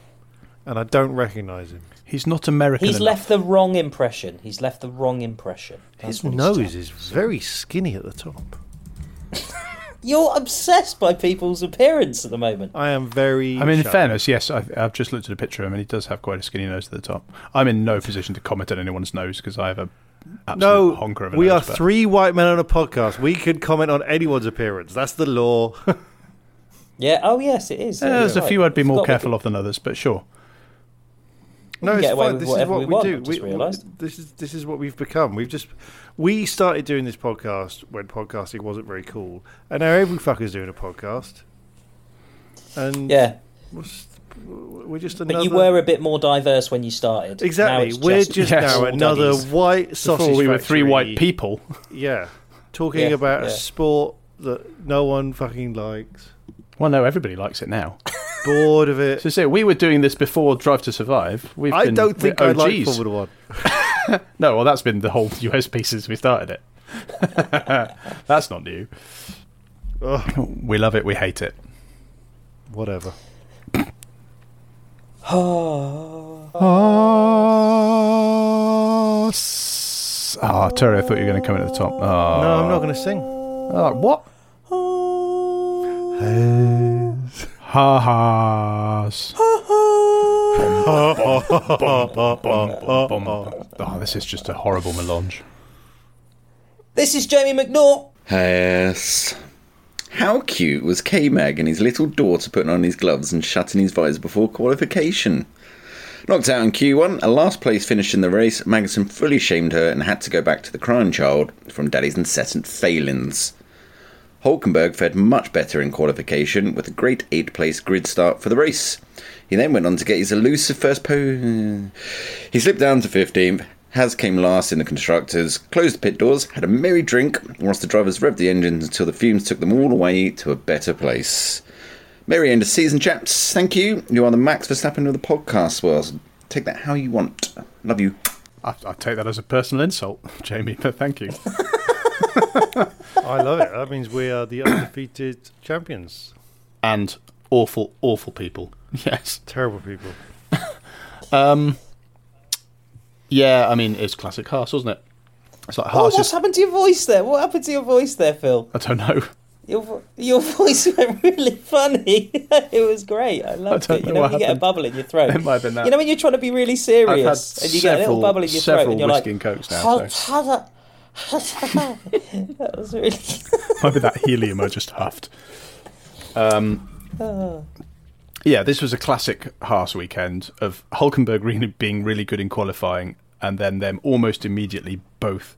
D: and I don't recognise him.
C: He's not American.
B: He's
C: enough.
B: left the wrong impression. He's left the wrong impression. That's
D: His
B: what he's
D: nose
B: done.
D: is very skinny at the top.
B: You're obsessed by people's appearance at the moment.
D: I am very.
C: I mean, in
D: shy.
C: fairness, yes, I, I've just looked at a picture of him, and he does have quite a skinny nose at the top. I'm in no position to comment on anyone's nose because I have a absolute
D: No,
C: honker of a
D: we
C: nose,
D: are
C: but-
D: three white men on a podcast. We can comment on anyone's appearance. That's the law.
B: Yeah. Oh yes, it is.
C: Eh, there's
B: You're
C: a
B: right.
C: few I'd be more
B: Forgot we
C: careful of than others, but sure.
D: no,
B: can
D: it's
B: get away
D: fine.
B: with
D: This is
B: whatever
D: what
B: we
D: we,
B: want,
D: do.
B: I've just
D: We-
B: realised.
D: this is this is what we've become. We've just we started doing this podcast when podcasting wasn't very cool, and now every fucker's doing a podcast. And
B: did. Yeah,
D: what's- we're just
B: but
D: another.
B: you were a bit more diverse when you started. Now
D: exactly.
B: it's
D: we're just
C: Yes.
D: now
B: all
D: another
B: daddies.
D: white sausage.
C: Before we were three
D: factory.
C: white people.
D: Yeah, talking
B: Yeah,
D: about
B: yeah.
D: a sport that no one fucking likes.
C: Well, no, everybody likes it now.
D: Bored of it.
C: So, say we were doing this before Drive to Survive. We've
D: I
C: been-
D: don't think
C: we're
D: I like
C: OGs.
D: Formula One.
C: No, well, that's been the whole USB since we started it. that's not new. We love it, we hate it.
D: Whatever.
C: Oh, s- oh Terry, I thought you were going to come in at the top. Oh,
D: Ah, No, I'm not going to sing.
C: Oh, what? Ha ha's. Oh, this is just a horrible melange.
B: This is Jamie McNaught.
H: Yes. How cute was K Mag and his little daughter putting on his gloves and shutting his visor before qualification? Knocked out in Q1, a last place finish in the race, Magnussen fully shamed her and had to go back to the crying child from Daddy's incessant failings. Hulkenberg fared much better in qualification with a great 8th place grid start for the race. He then went on to get his elusive first po. He slipped down to 15th. Has came last in the constructors, closed the pit doors, had a merry drink, whilst the drivers revved the engines until the fumes took them all away to a better place. Merry end of season, chaps. Thank you. You are the Max Verstappen of the podcast world. Take that how you want. Love you.
C: I, I take that as a personal insult, Jamie, but thank you.
D: I love it. That means we are the undefeated champions.
C: and awful, awful people. Yes.
D: Terrible people.
C: Yeah, I mean, it's classic Haas, wasn't it? It's like
B: Oh,
C: Haas
B: what's
C: is.
B: happened to your voice there? What happened to your voice there, Phil?
C: I don't know.
B: Your vo- your voice went really funny. it was great. I loved
C: I don't
B: it.
C: know
B: You know,
C: what
B: when you get a
C: happened.
B: bubble in your throat.
C: It might have been that.
B: You know, when you're trying to be really
C: I've had
B: serious and you get a little
C: several-
B: bubble in your throat
C: several
B: and you're like,
C: whiskey and cokes now,
B: "Hold-
C: so."
B: hold up." that was really.
C: Might be that helium I just huffed. Um, yeah, this was a classic Haas weekend of Hulkenberg really being really good in qualifying and then them almost immediately both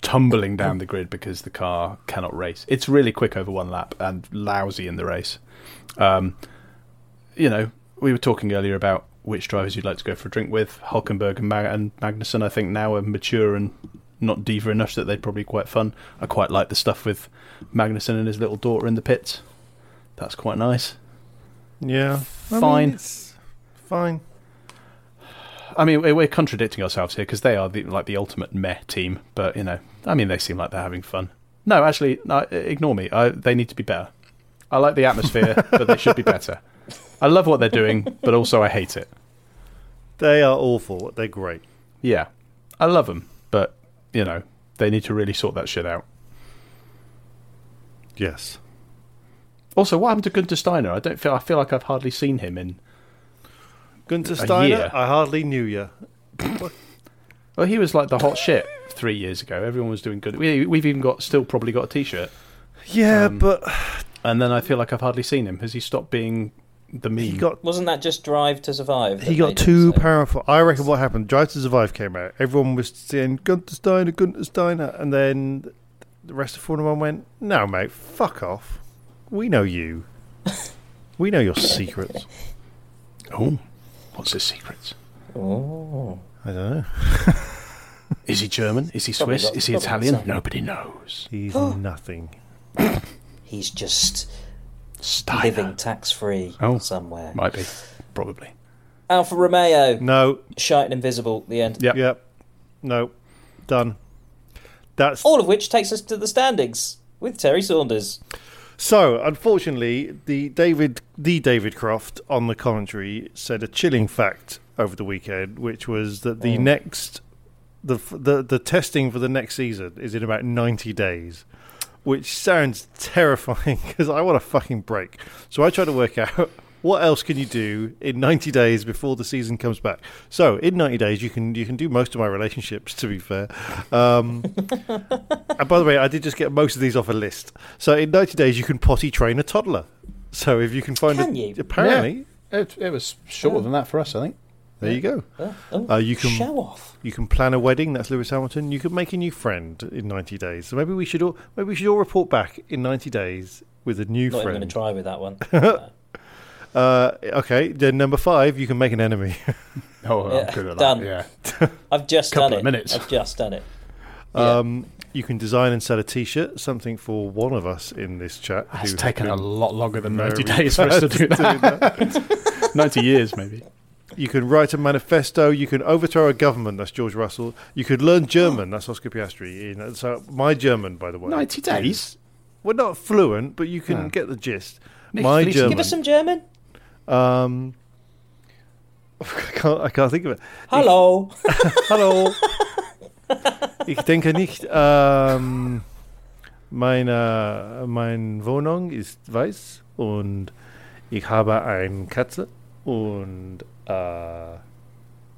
C: tumbling down the grid because the car cannot race. It's really quick over one lap and lousy in the race. Um, you know, we were talking earlier about which drivers you'd like to go for a drink with. Hulkenberg and, Mag- and Magnussen, I think, now are mature and not diva enough that they'd probably be quite fun. I quite like the stuff with Magnussen and his little daughter in the pits. That's quite nice.
D: Yeah. I mean,
C: Fine.
D: it's fine.
C: I mean, we're we're contradicting ourselves here because they are the, like the ultimate meh team. But you know, I mean, they seem like they're having fun. No, actually, no, ignore me. I, they need to be better. I like the atmosphere, but they should be better. I love what they're doing, but also I hate it.
D: They are awful. They're great.
C: Yeah, I love them, but you know, they need to really sort that shit out.
D: Yes.
C: Also, what happened to Gunter Steiner? I don't feel. I feel like I've hardly seen him in.
D: Gunter
C: A
D: Steiner,
C: year.
D: I hardly knew you.
C: Well, he was like the hot shit three years ago. Everyone was doing good. We, we've even got still probably got a T-shirt.
D: Yeah, but
C: and then I feel like I've hardly seen him. Has he stopped being the meme?
B: Wasn't that just Drive to Survive? that
D: He got
B: made it?
D: too powerful. I reckon what happened, Drive to Survive came out. Everyone was saying, Gunter Steiner, Gunter Steiner. And then the rest of Formula One went, no, mate, fuck off. We know you. we know your secrets.
C: Oh, what's his secrets?
B: Oh.
D: I don't know.
C: Is he German? Is he
B: Probably
C: Swiss?
B: got-
C: Is he
B: probably got
C: Italian?
B: some.
C: Nobody knows.
D: He's nothing.
B: He's just
C: Steiner.
B: living tax free
C: Oh.
B: somewhere.
C: Might be. Probably.
B: Alfa Romeo,
D: No.
B: shite and invisible. The end.
C: Yep.
D: Yep. No. Done. That's
B: All of which takes us to the standings with Terry Saunders.
D: So, unfortunately, the David, the David Croft on the commentary said a chilling fact over the weekend, which was that the next, the f- the the testing for the next season is in about ninety days, which sounds terrifying because I want a fucking break. So I try to work out what else can you do in ninety days before the season comes back. So in ninety days, you can you can do most of my relationships. To be fair. Um, and by the way, I did just get most of these off a list. So in 90 days, you can potty train a toddler. So if you can find
B: Can
D: a,
B: you?
D: apparently,
C: It, it was shorter than that for us, I think.
D: there you go.
B: Oh, oh,
D: Uh, you can-
B: show off.
D: You can plan a wedding. That's Lewis Hamilton. You can make a new friend in 90 days. So maybe we should all maybe we should all report back in 90 days with a
B: Not
D: new
B: even going
D: friend.
B: to try with that one.
D: Uh, okay, then number five, you can make an enemy.
C: Oh, I'm
B: Yeah,
C: good at
B: done.
C: that. Yeah.
B: I've just
C: Couple
B: done it.
C: of minutes.
B: I've just done it.
D: um, you can design and sell a T-shirt, something for one of us in this chat.
C: It's
D: who has
C: taken a
D: been-
C: lot longer than
D: very
C: 90 days for us to do that. 90 years, maybe.
D: You can write a manifesto. You can overthrow a government. That's George Russell. You could learn German. That's Oscar Piastri. You know, So my German, by the way,
C: 90 days?
D: We're not fluent, but you can
C: No.
D: get the gist.
C: Nick
D: my
C: Felice-
D: German.
B: Give us some German.
D: um, I can't. I can't think of it.
B: Hello.
D: Hallo. ich denke nicht. Ähm, meine, mein Wohnung ist weiß und ich habe eine Katze und äh,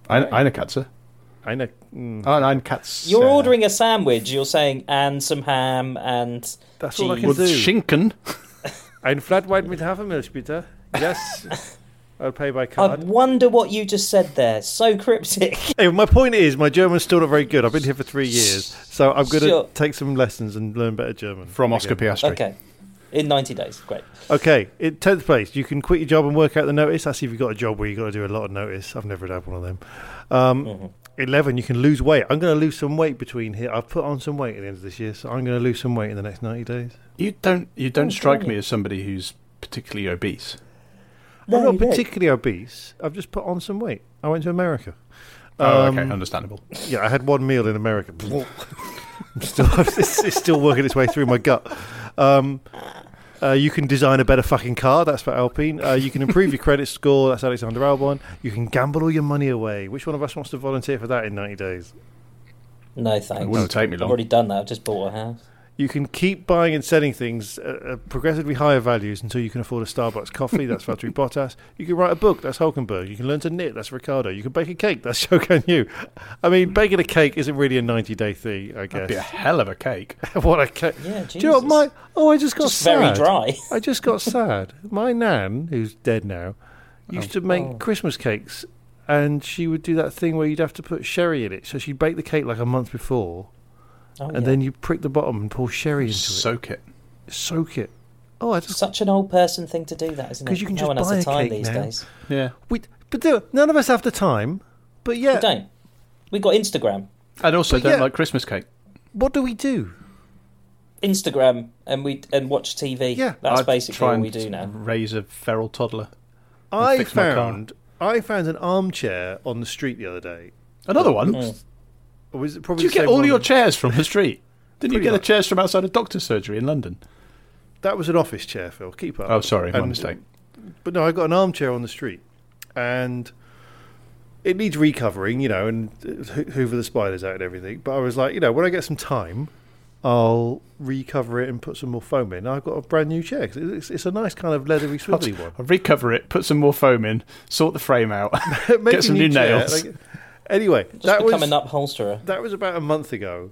C: Ein, eine Katze.
D: eine. mm,
C: Oh, ein Katze.
B: You're ordering a sandwich. You're saying and some ham and
D: That's
B: cheese.
D: all I can
C: With
D: do.
C: Schinken.
D: Ein flat white with Hafermilch, bitte. Yes. I'll pay
C: Um,
D: by
B: I
D: card.
B: wonder what you just said there. So cryptic.
D: Anyway, my point is, my German's still not very good. I've been here for three years, so I'm going to
B: Sure.
D: take some lessons and learn better German.
C: From Oscar
D: Again.
C: Piastri.
B: Okay. In 90 days. Great.
D: Okay, in 10th place, you can quit your job and work out the notice. That's if you've got a job where you've got to do a lot of notice. I've never had one of them. Um, 11, you can lose weight. I'm going to lose some weight between here. I've put on some weight at the end of this year, so I'm going to lose some weight in the next 90 days.
C: You don't, you don't strike
B: damn
C: me
B: it.
C: as somebody who's particularly obese.
D: I'm
B: No,
D: not
B: you don't.
D: particularly obese. I've just put on some weight. I went to America.
C: Oh,
D: Um,
C: okay, understandable.
D: Yeah, I had one meal in America. I'm still, it's, it's still working its way through my gut. Um, uh, you can design a better fucking car. That's for Alpine. Uh, you can improve your credit score. That's Alexander Albon. You can gamble all your money away. Which one of us wants to volunteer for that in 90 days?
B: No, thanks.
C: It wouldn't take me
B: I've
C: long.
B: already done that. I've just bought a house.
D: You can keep buying and selling things at at progressively higher values until you can afford a Starbucks coffee. That's Valtteri Bottas. You can write a book. That's Hulkenberg. You can learn to knit. That's Ricardo. You can bake a cake. That's Shogun Yu. I mean, baking a cake isn't really a 90 day thing, I guess.
C: That'd be a hell of a cake.
D: what a cake.
B: Yeah,
D: Do you know what
B: Jesus.
D: my? Oh, I just got
B: Just
D: sad.
B: very dry.
D: I just got sad. My nan, who's dead now, used to make Christmas cakes, and she would do that thing where you'd have to put sherry in it. So she'd bake the cake like a month before,
B: Oh,
D: and
B: yeah.
D: then you prick the bottom and pour sherry into
C: Soak it.
D: it, soak it. Oh, I just
B: Such an old person thing to do, that isn't it?
D: 'Cause you can
B: no
D: just
B: one has
D: buy
B: the
D: a
B: time
D: cake
B: these
D: now.
B: days.
C: Yeah.
D: we, but do, none of us have the time. But yeah,
B: We don't. We got Instagram,
C: And also,
D: But
C: don't
D: yeah.
C: like Christmas cake.
D: what do we do?
B: Instagram, and we and watch TV.
D: Yeah.
B: that's
C: I'd
B: basically
C: try
B: all
C: and
B: we do now.
C: Raise a feral toddler.
D: I
C: fix my car.
D: found I found an armchair on the street the other day.
C: Another one?
B: Mm.
D: Or was it probably
C: Do you
D: the
C: get
D: same
C: all
D: one?
C: your chairs from the street? Didn't you
D: Pretty
C: get
D: much.
C: the chairs from outside a doctor's surgery in London?
D: That was an office chair, Phil. Keep up.
C: Oh, sorry, my
D: And-
C: mistake.
D: But no, I got an armchair on the street, and it needs recovering, you know, and uh, ho- hoover the spiders out and everything. But I was like, you know, when I get some time, I'll recover it and put some more foam in. I've got a brand new chair. 'cause It's, it's a nice kind of leathery, swivelly one.
C: I'll recover it, put some more foam in, sort the frame out,
D: Make
C: get
D: a
C: some new,
D: chair,
C: nails.
D: like- anyway,
B: Just
D: that
B: become
D: was
B: an upholsterer.
D: that was about a month ago,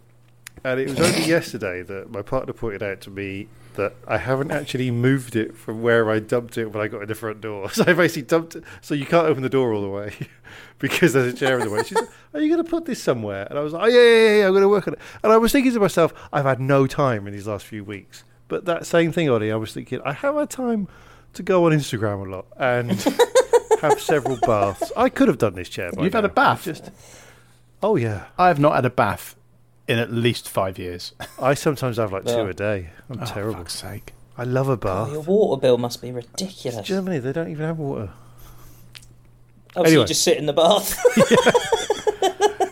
D: and it was only yesterday that my partner pointed out to me that I haven't actually moved it from where I dumped it when I got in the front door. So I basically dumped it. So you can't open the door all the way because there's a chair in the way. She's like, "Are you going to put this somewhere?" And I was like, "Oh yeah, yeah, yeah, yeah, I'm going to work on it." And I was thinking to myself, "I've had no time in these last few weeks." But that same thing, Ollie, I was thinking, I have had time to go on Instagram a lot and have several baths. I could have done this chair. By
C: You've had
D: now.
C: a bath?
D: Just, oh yeah.
C: I have not had a bath in at least five years.
D: I sometimes have like
C: Yeah.
D: two a day. I'm terrible.
C: Oh, fuck's sake.
D: I love a bath.
B: Your water bill must be ridiculous.
D: Germany, they don't even have water.
B: Oh, so you
D: Anyway.
B: just sit in the bath.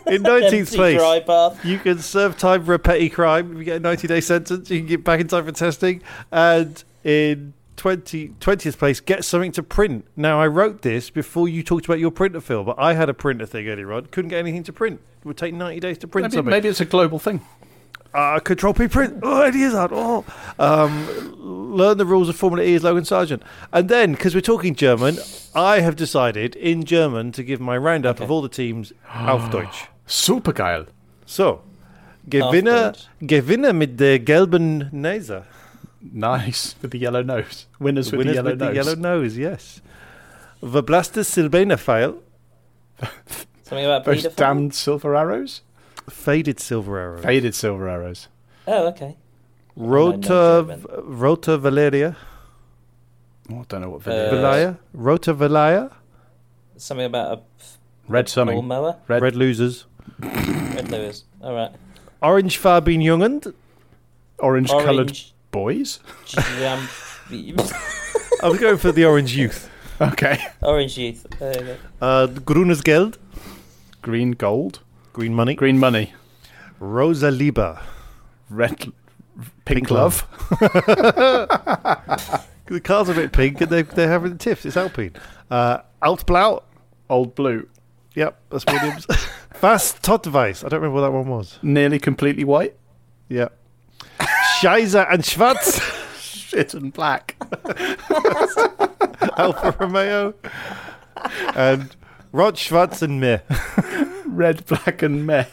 D: In 19th
B: Empty dry
D: place,
B: bath.
D: you can serve time for a petty crime. If you get a 90 day sentence, you can get back in time for testing. And in 20, 20th place, get something to print. Now, I wrote this before you talked about your printer, Phil, but I had a printer thing earlier on. Couldn't get anything to print. It would take 90 days to print
C: Maybe,
D: something.
C: maybe it's a global thing.
D: Uh, control P print. Oh, it is that. Oh, um, learn the rules of Formula E as Logan Sargent. And then, because we're talking German, I have decided in German to give my roundup of all the teams auf Deutsch.
C: Super geil.
D: So, Gewinner, Gewinner mit der gelben Nase.
C: Nice. With the yellow nose. Winners,
D: The
C: with, the
D: winners
C: yellow,
D: with
C: nose.
D: the yellow nose, yes. Verblastes Silbena file,
B: Something about
C: Those
B: paedophile?
C: damned silver arrows?
D: faded silver arrow.
C: Faded silver arrows.
B: Oh, okay.
D: Rota, Rota Valeria,
C: Oh, I don't know what
B: Uh,
C: video.
D: Valaya, Rota Valaya,
B: Something about
C: Red
B: a ball
C: something.
B: mower.
C: Red-
D: Red Losers,
B: Red Lewis. All right.
D: Orange Farbin Jungend,
C: Orange coloured
B: Orange
C: boys?
B: jam.
D: I was going for the Orange Youth.
C: Okay.
B: Orange youth. There you go.
D: Uh, Grunes Geld,
C: Green gold.
D: Green Money,
C: Green money.
D: Rosa Liba,
C: Red. Pink,
D: Pink
C: love.
D: The car's a bit pink and they, they're having the tiffs. It's Alpine. Uh, Altblau,
C: Old blue.
D: yep, that's Williams. Fast Totweiss, I don't remember what that one was.
C: Nearly completely white.
D: Yeah. Scheiser and Schwarz,
C: Shit and black.
D: Alfa Romeo, and Rod Schwarz and me.
C: Red, black, and meh.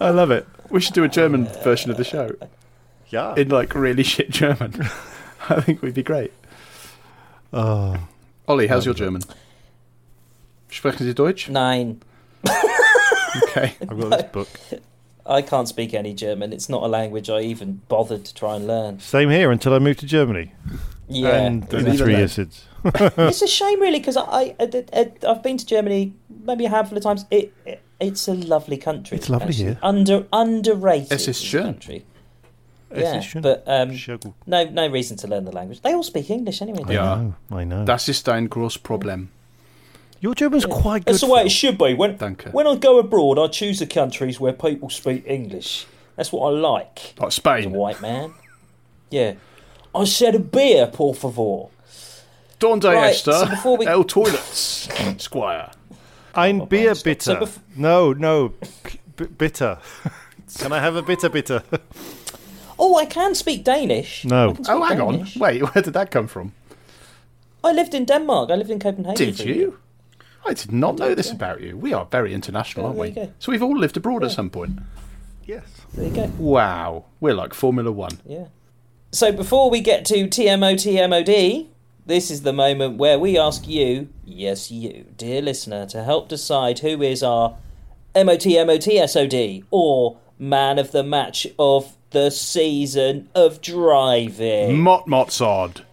C: I love it. We should do a German version of the show
D: Yeah.
C: in like really shit German. I think we'd be great.
D: oh.
C: Ollie, how's your German? Sprechen Sie Deutsch?
B: Nine.
C: Okay.
D: I've got this book.
B: I can't speak any German. It's not a language I even bothered to try and learn.
D: Same here until I moved to Germany.
B: Yeah.
D: And
C: Even
D: it's three
C: then.
D: years since.
B: it's a shame, really, because I, I, I, I've been to Germany maybe a handful of times. It, it it's a lovely country.
D: It's lovely
B: actually.
D: here.
B: Under underrated.
C: Es ist schön.
B: country.
D: Es
B: Yeah,
D: ist schön.
B: but um,
D: Schögel.
B: no, no reason to learn the language. They all speak English anyway. don't
C: Yeah.
D: Oh, I know.
C: Das ist ein großes Problem.
D: Your German's quite
B: they?
D: good.
B: That's the way
D: Phil.
B: it should be. When
C: Danke.
B: when I go abroad, I choose the countries where people speak English. That's what I like.
C: Like
B: As a
C: Spain.
B: white man. Yeah. I said a beer, por favor.
C: Donde
B: Right,
C: esta
B: so before we-
C: el Oh, toilets, squire?
D: Ein
B: Bier
D: Bier
B: stop. bitte. So
D: bitter.
B: bef-
D: no, no, B- bitter. Can I have a bitter bitter?
B: Oh, I can speak Danish.
D: No.
B: I can speak
C: Oh, hang on.
B: Danish.
C: Wait, where did that come from?
B: I lived in Denmark. I lived in Copenhagen.
C: Did
B: for a year.
C: you? I did not know this about you. We are very international, aren't
B: there you
C: we?
B: go.
C: So we've all lived abroad at some point.
D: yes.
B: There you go.
C: Wow. We're like Formula One.
B: Yeah. So before we get to TMO TMOD, this is the moment where we ask you, yes, you, dear listener, to help decide who is our MOTMOTSOD or man of the match of the season of driving.
C: Mot Mot's odd.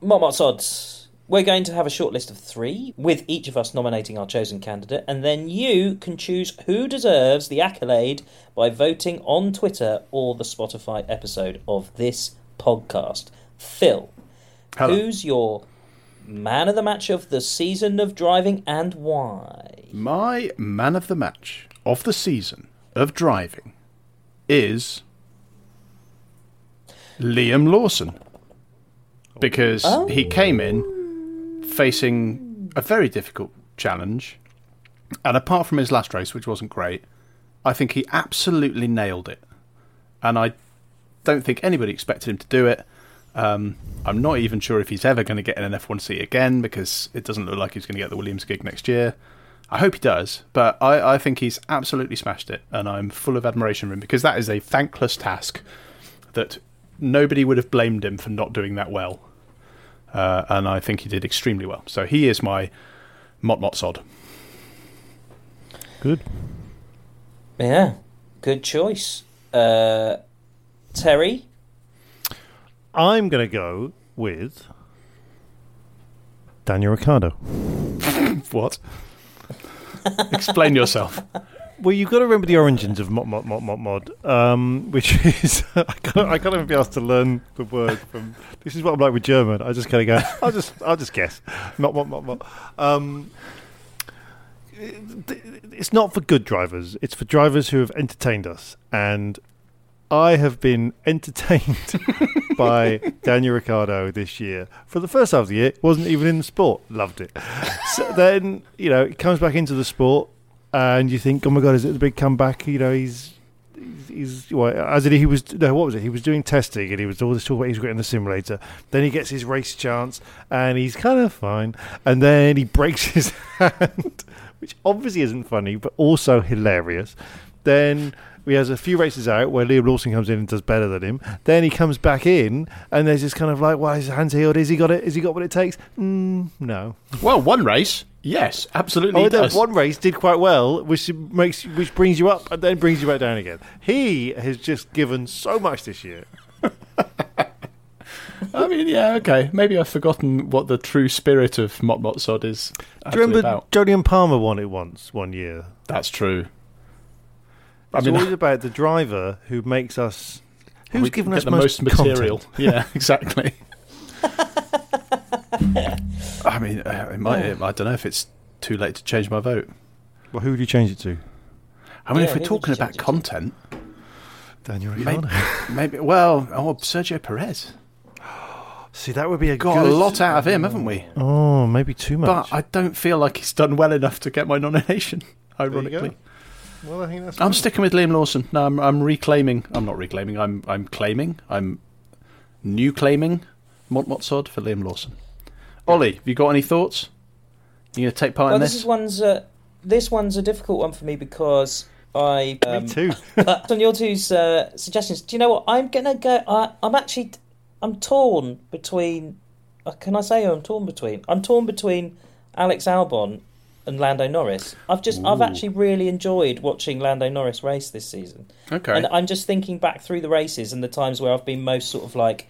B: Motmot's odds. We're going to have a short list of three, with each of us nominating our chosen candidate, and then you can choose who deserves the accolade by voting on Twitter or the Spotify episode of this podcast. Phil,
C: Hello.
B: who's your man of the match of the season of driving and why?
C: My man of the match of the season of driving is Liam Lawson because he came in facing a very difficult challenge. And apart from his last race, which wasn't great, I think he absolutely nailed it. And I don't think anybody expected him to do it. Um, I'm not even sure if he's ever going to get in an F1 seat again because it doesn't look like he's going to get the Williams gig next year. I hope he does, but I, I think he's absolutely smashed it, and I'm full of admiration for him because that is a thankless task that nobody would have blamed him for not doing that well. Uh, and I think he did extremely well. So he is my Mot Mot Sod.
B: Good. Yeah, good choice. Uh, Terry?
D: I'm going to go with Daniel Ricciardo.
C: what? Explain yourself.
D: Well, you've got to remember the origins of mod mod mod mod mod, um, which is I can't, I can't even be asked to learn the word from. This is what I'm like with German. I just kind of go. I'll just I'll just guess. Mod mod mod mod. Um, it's not for good drivers. It's for drivers who have entertained us, and I have been entertained by Daniel Ricciardo this year for the first half of the year. wasn't even in the sport. Loved it. So then you know it comes back into the sport, and you think, oh my god, is it the big comeback? You know he's. he's- He's well, as in he was no, what was it? He was doing testing and he was all this talk about he's getting the simulator. Then he gets his race chance and he's kind of fine. And then he breaks his hand, which obviously isn't funny, but also hilarious. Then he has a few races out where Liam Lawson comes in and does better than him. Then he comes back in, and there's this kind of like, "Why well, his hand's healed? Is he got it? Is he got what it takes?" Mm, no.
C: Well, one race, yes, absolutely.
D: Oh,
C: he
D: that
C: does.
D: one race did quite well, which makes which brings you up and then brings you back down again. He has just given so much this year.
C: I mean, yeah, okay. Maybe I've forgotten what the true spirit of Mot Mot Sod is.
D: Do you
C: actually
D: remember
C: about.
D: Jolyon Palmer won it once one year?
C: That's true. I
D: It's
C: mean-
D: always about the driver who makes us. Who's
C: We
D: given
C: get
D: us
C: the
D: most,
C: most material?
D: content.
C: Yeah, exactly. I mean, uh, it might,
D: Yeah.
C: it- I don't know if it's too late to change my vote.
D: Well, who would you change it to?
C: I mean,
D: Yeah,
C: if
D: who
C: we're
D: would
C: talking
D: you
C: about content,
D: Daniel
C: maybe, maybe. Well, oh, Sergio Perez.
D: See, that would be a
C: got a
D: good-
C: lot out of him, haven't we?
D: Oh, maybe too much.
C: But I don't feel like he's done well enough to get my nomination. Ironically,
D: well, I think that's.
C: I'm sticking with Liam Lawson. No, I'm, I'm reclaiming. I'm not reclaiming. I'm I'm claiming. I'm new claiming Mont Motsod for Liam Lawson. Ollie, have you got any thoughts? You gonna take part
B: Well,
C: in
B: this
C: this?
B: is one's a, this one's a difficult one for me because I um,
D: too.
B: but on your two's uh, suggestions, do you know what? I'm gonna go. I, I'm actually I'm torn between. Uh, can I say who I'm torn between? I'm torn between Alex Albon and Lando Norris. I've just I've
I: Ooh.
B: actually really enjoyed watching Lando Norris race this season.
I: Okay.
B: And I'm just thinking back through the races and the times where I've been most sort of like,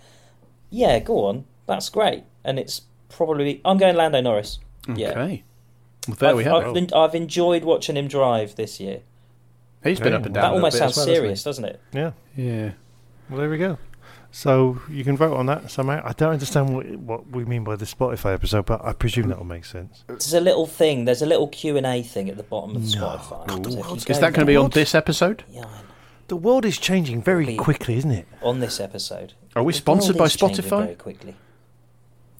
B: yeah, go on, that's great. And it's probably I'm going Lando Norris. Yeah.
C: Okay. Well, there
B: I've,
C: we have
B: I've,
C: it.
B: en- I've enjoyed watching him drive this year.
C: He's been up and down.
B: That
C: a little
B: almost
C: bit as
B: sounds
C: well, hasn't he?
B: serious, doesn't it?
D: Yeah.
C: Yeah.
D: Well, there we go. So you can vote on that somehow. I don't understand what, what we mean by the Spotify episode, but I presume that will make sense.
B: There's a little thing. There's a little Q and A thing at the bottom of Spotify. So if you
C: Is
B: go
C: that going to be
B: there-
C: on this episode?
D: The world is changing very quickly, isn't it?
B: on this episode?
C: Are we
B: The
C: sponsored by
B: world is changing
C: Spotify?
B: Very quickly.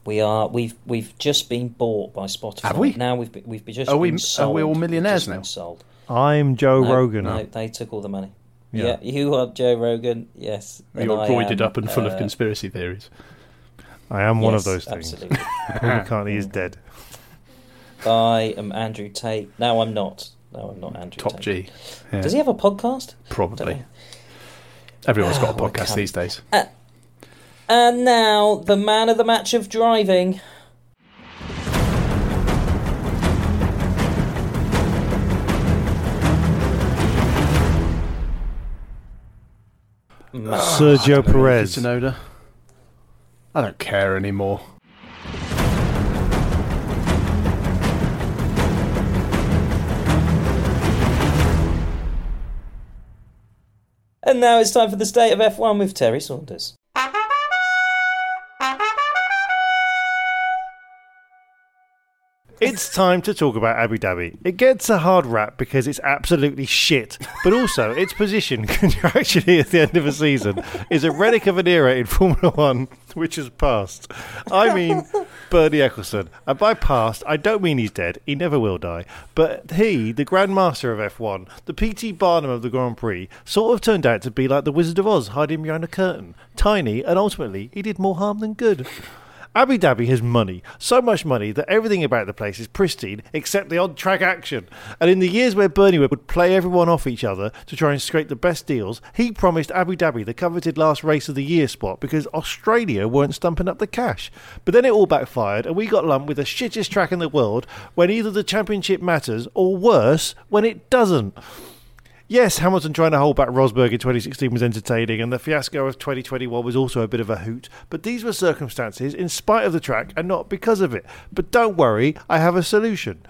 B: We are. We've we've just been bought by Spotify.
C: Have we?
B: Now we've been, we've been just.
C: Are we
B: been
C: are
B: sold.
C: we all millionaires now?
B: Sold.
D: I'm Joe
B: No,
D: Rogan.
B: No, they took all the money.
D: Yeah.
B: Yeah, you are Joe Rogan. Yes, And
C: You're
B: I
C: roided
B: am,
C: up and full of
B: uh,
C: conspiracy theories.
D: I am one of
B: Yes,
D: those things.
B: absolutely.
D: Paul McCartney is dead.
B: I am Andrew Tate. No, I'm not. No, I'm not Andrew
C: Top
B: Tate.
C: G. Yeah.
B: Does he have a podcast?
C: Probably. Everyone's got a
B: Oh, what a
C: podcast
B: cunt.
C: these days.
B: And now, the man of the match of driving. Ah.
D: Sergio Perez.
C: Sonoda. I don't care anymore.
B: And now it's time for the state of F1 with Terry Saunders.
D: It's time to talk about Abu Dhabi. It gets a hard rap because it's absolutely shit, but also its position contractually at the end of a season is a relic of an era in Formula One which has passed. I mean, Bernie Ecclestone. And by past, I don't mean he's dead. He never will die. But he, the Grandmaster of F1, the P.T. Barnum of the Grand Prix, sort of turned out to be like the Wizard of Oz hiding behind a curtain. Tiny, and ultimately, he did more harm than good. Abu Dhabi has money, so much money that everything about the place is pristine except the odd track action. And in the years where Bernie would play everyone off each other to try and scrape the best deals, he promised Abu Dhabi the coveted last race of the year spot because Australia weren't stumping up the cash. But then it all backfired and we got lumped with the shittest track in the world when either the championship matters or worse, when it doesn't. Yes, Hamilton trying to hold back Rosberg in 2016 was entertaining, and the fiasco of 2021 was also a bit of a hoot. But these were circumstances in spite of the track and not because of it. But don't worry, I have a solution.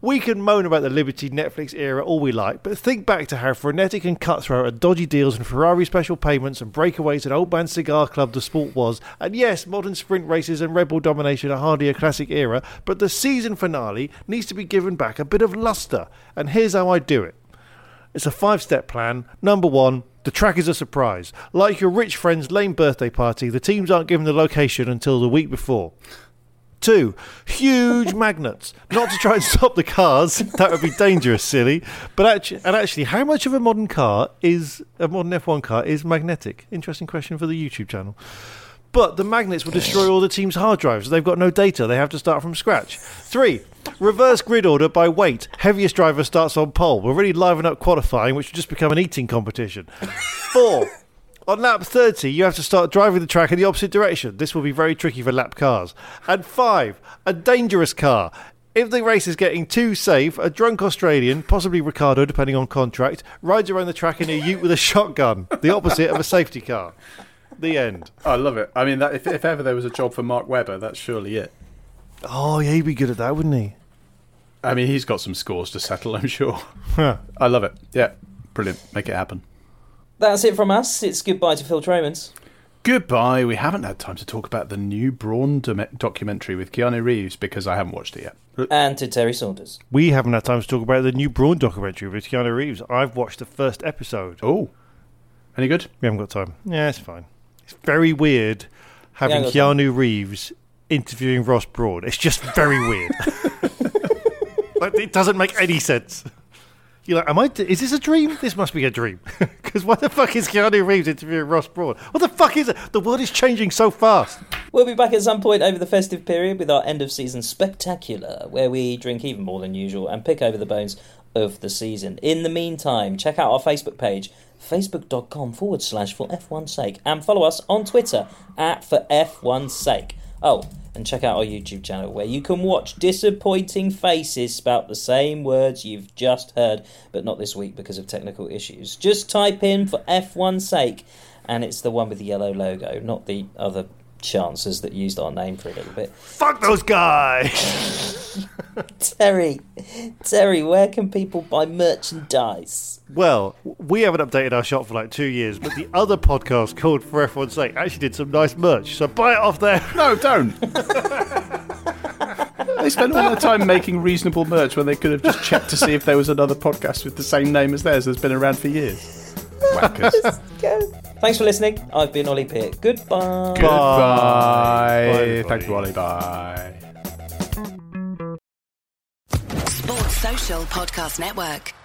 D: We can moan about the Liberty Netflix era all we like, but think back to how frenetic and cutthroat and dodgy deals and Ferrari special payments and breakaways and old man cigar club the sport was. And yes, modern sprint races and Red Bull domination are hardly a classic era, but the season finale needs to be given back a bit of lustre. And here's how I do it. It's a five step plan. Number one, the track is a surprise. Like your rich friend's lame birthday party, the teams aren't given the location until the week before. Two, huge magnets. Not to try and stop the cars, that would be dangerous, silly. But actually, and actually, how much of a modern car is a modern F1 car is magnetic? Interesting question for the YouTube channel. But the magnets will destroy all the team's hard drives. They've got no data. They have to start from scratch. Three, reverse grid order by weight. Heaviest driver starts on pole. We're really liven up qualifying, which will just become an eating competition. Four, on lap 30, you have to start driving the track in the opposite direction. This will be very tricky for lap cars. And five, a dangerous car. If the race is getting too safe, a drunk Australian, possibly Ricardo, depending on contract, rides around the track in a ute with a shotgun, the opposite of a safety car. The end.
C: I love it. I mean, that, if, if ever there was a job for Mark Webber, that's surely it.
D: Oh, yeah, he'd be good at that, wouldn't he?
C: I mean, he's got some scores to settle, I'm sure. I love it. Yeah, brilliant. Make it happen.
B: That's it from us. It's goodbye to Phil Tromans.
C: Goodbye. We haven't had time to talk about the new Brawn dom- documentary with Keanu Reeves because I haven't watched it yet.
B: And to Terry Saunders.
D: We haven't had time to talk about the new Braun documentary with Keanu Reeves. I've watched the first episode.
C: Oh. Any good?
D: We haven't got time. Yeah, it's fine. It's very weird having
B: Yeah, I got
D: Keanu Reeves interviewing Ross Broad. It's just very weird. like, it doesn't make any sense. You're like, am I? Is this a dream? This must be a dream. Because why the fuck is Keanu Reeves interviewing Ross Broad? What the fuck is it? The world is changing so fast.
B: We'll be back at some point over the festive period with our end of season spectacular, where we drink even more than usual and pick over the bones of the season. In the meantime, check out our Facebook page, facebook.com forward slash for F1's sake, and follow us on Twitter at for F1's sake. Oh, and check out our YouTube channel where you can watch disappointing faces spout the same words you've just heard, but not this week because of technical issues. Just type in for F1's sake, and it's the one with the yellow logo, not the other chances that used our name for a little bit.
D: Fuck those guys.
B: Terry, Terry, where can people buy merchandise?
D: Well, we haven't updated our shop for like two years, but the other podcast called For F1's Sake actually did some nice merch, so buy it off there.
C: No, don't. they spend all their time making reasonable merch when they could have just checked to see if there was another podcast with the same name as theirs that's been around for years. Whackers.
B: Thanks for listening. I've been Ollie Pitt. Goodbye.
C: Goodbye. Thank you, Ollie. Bye.
A: Sports Social Podcast Network.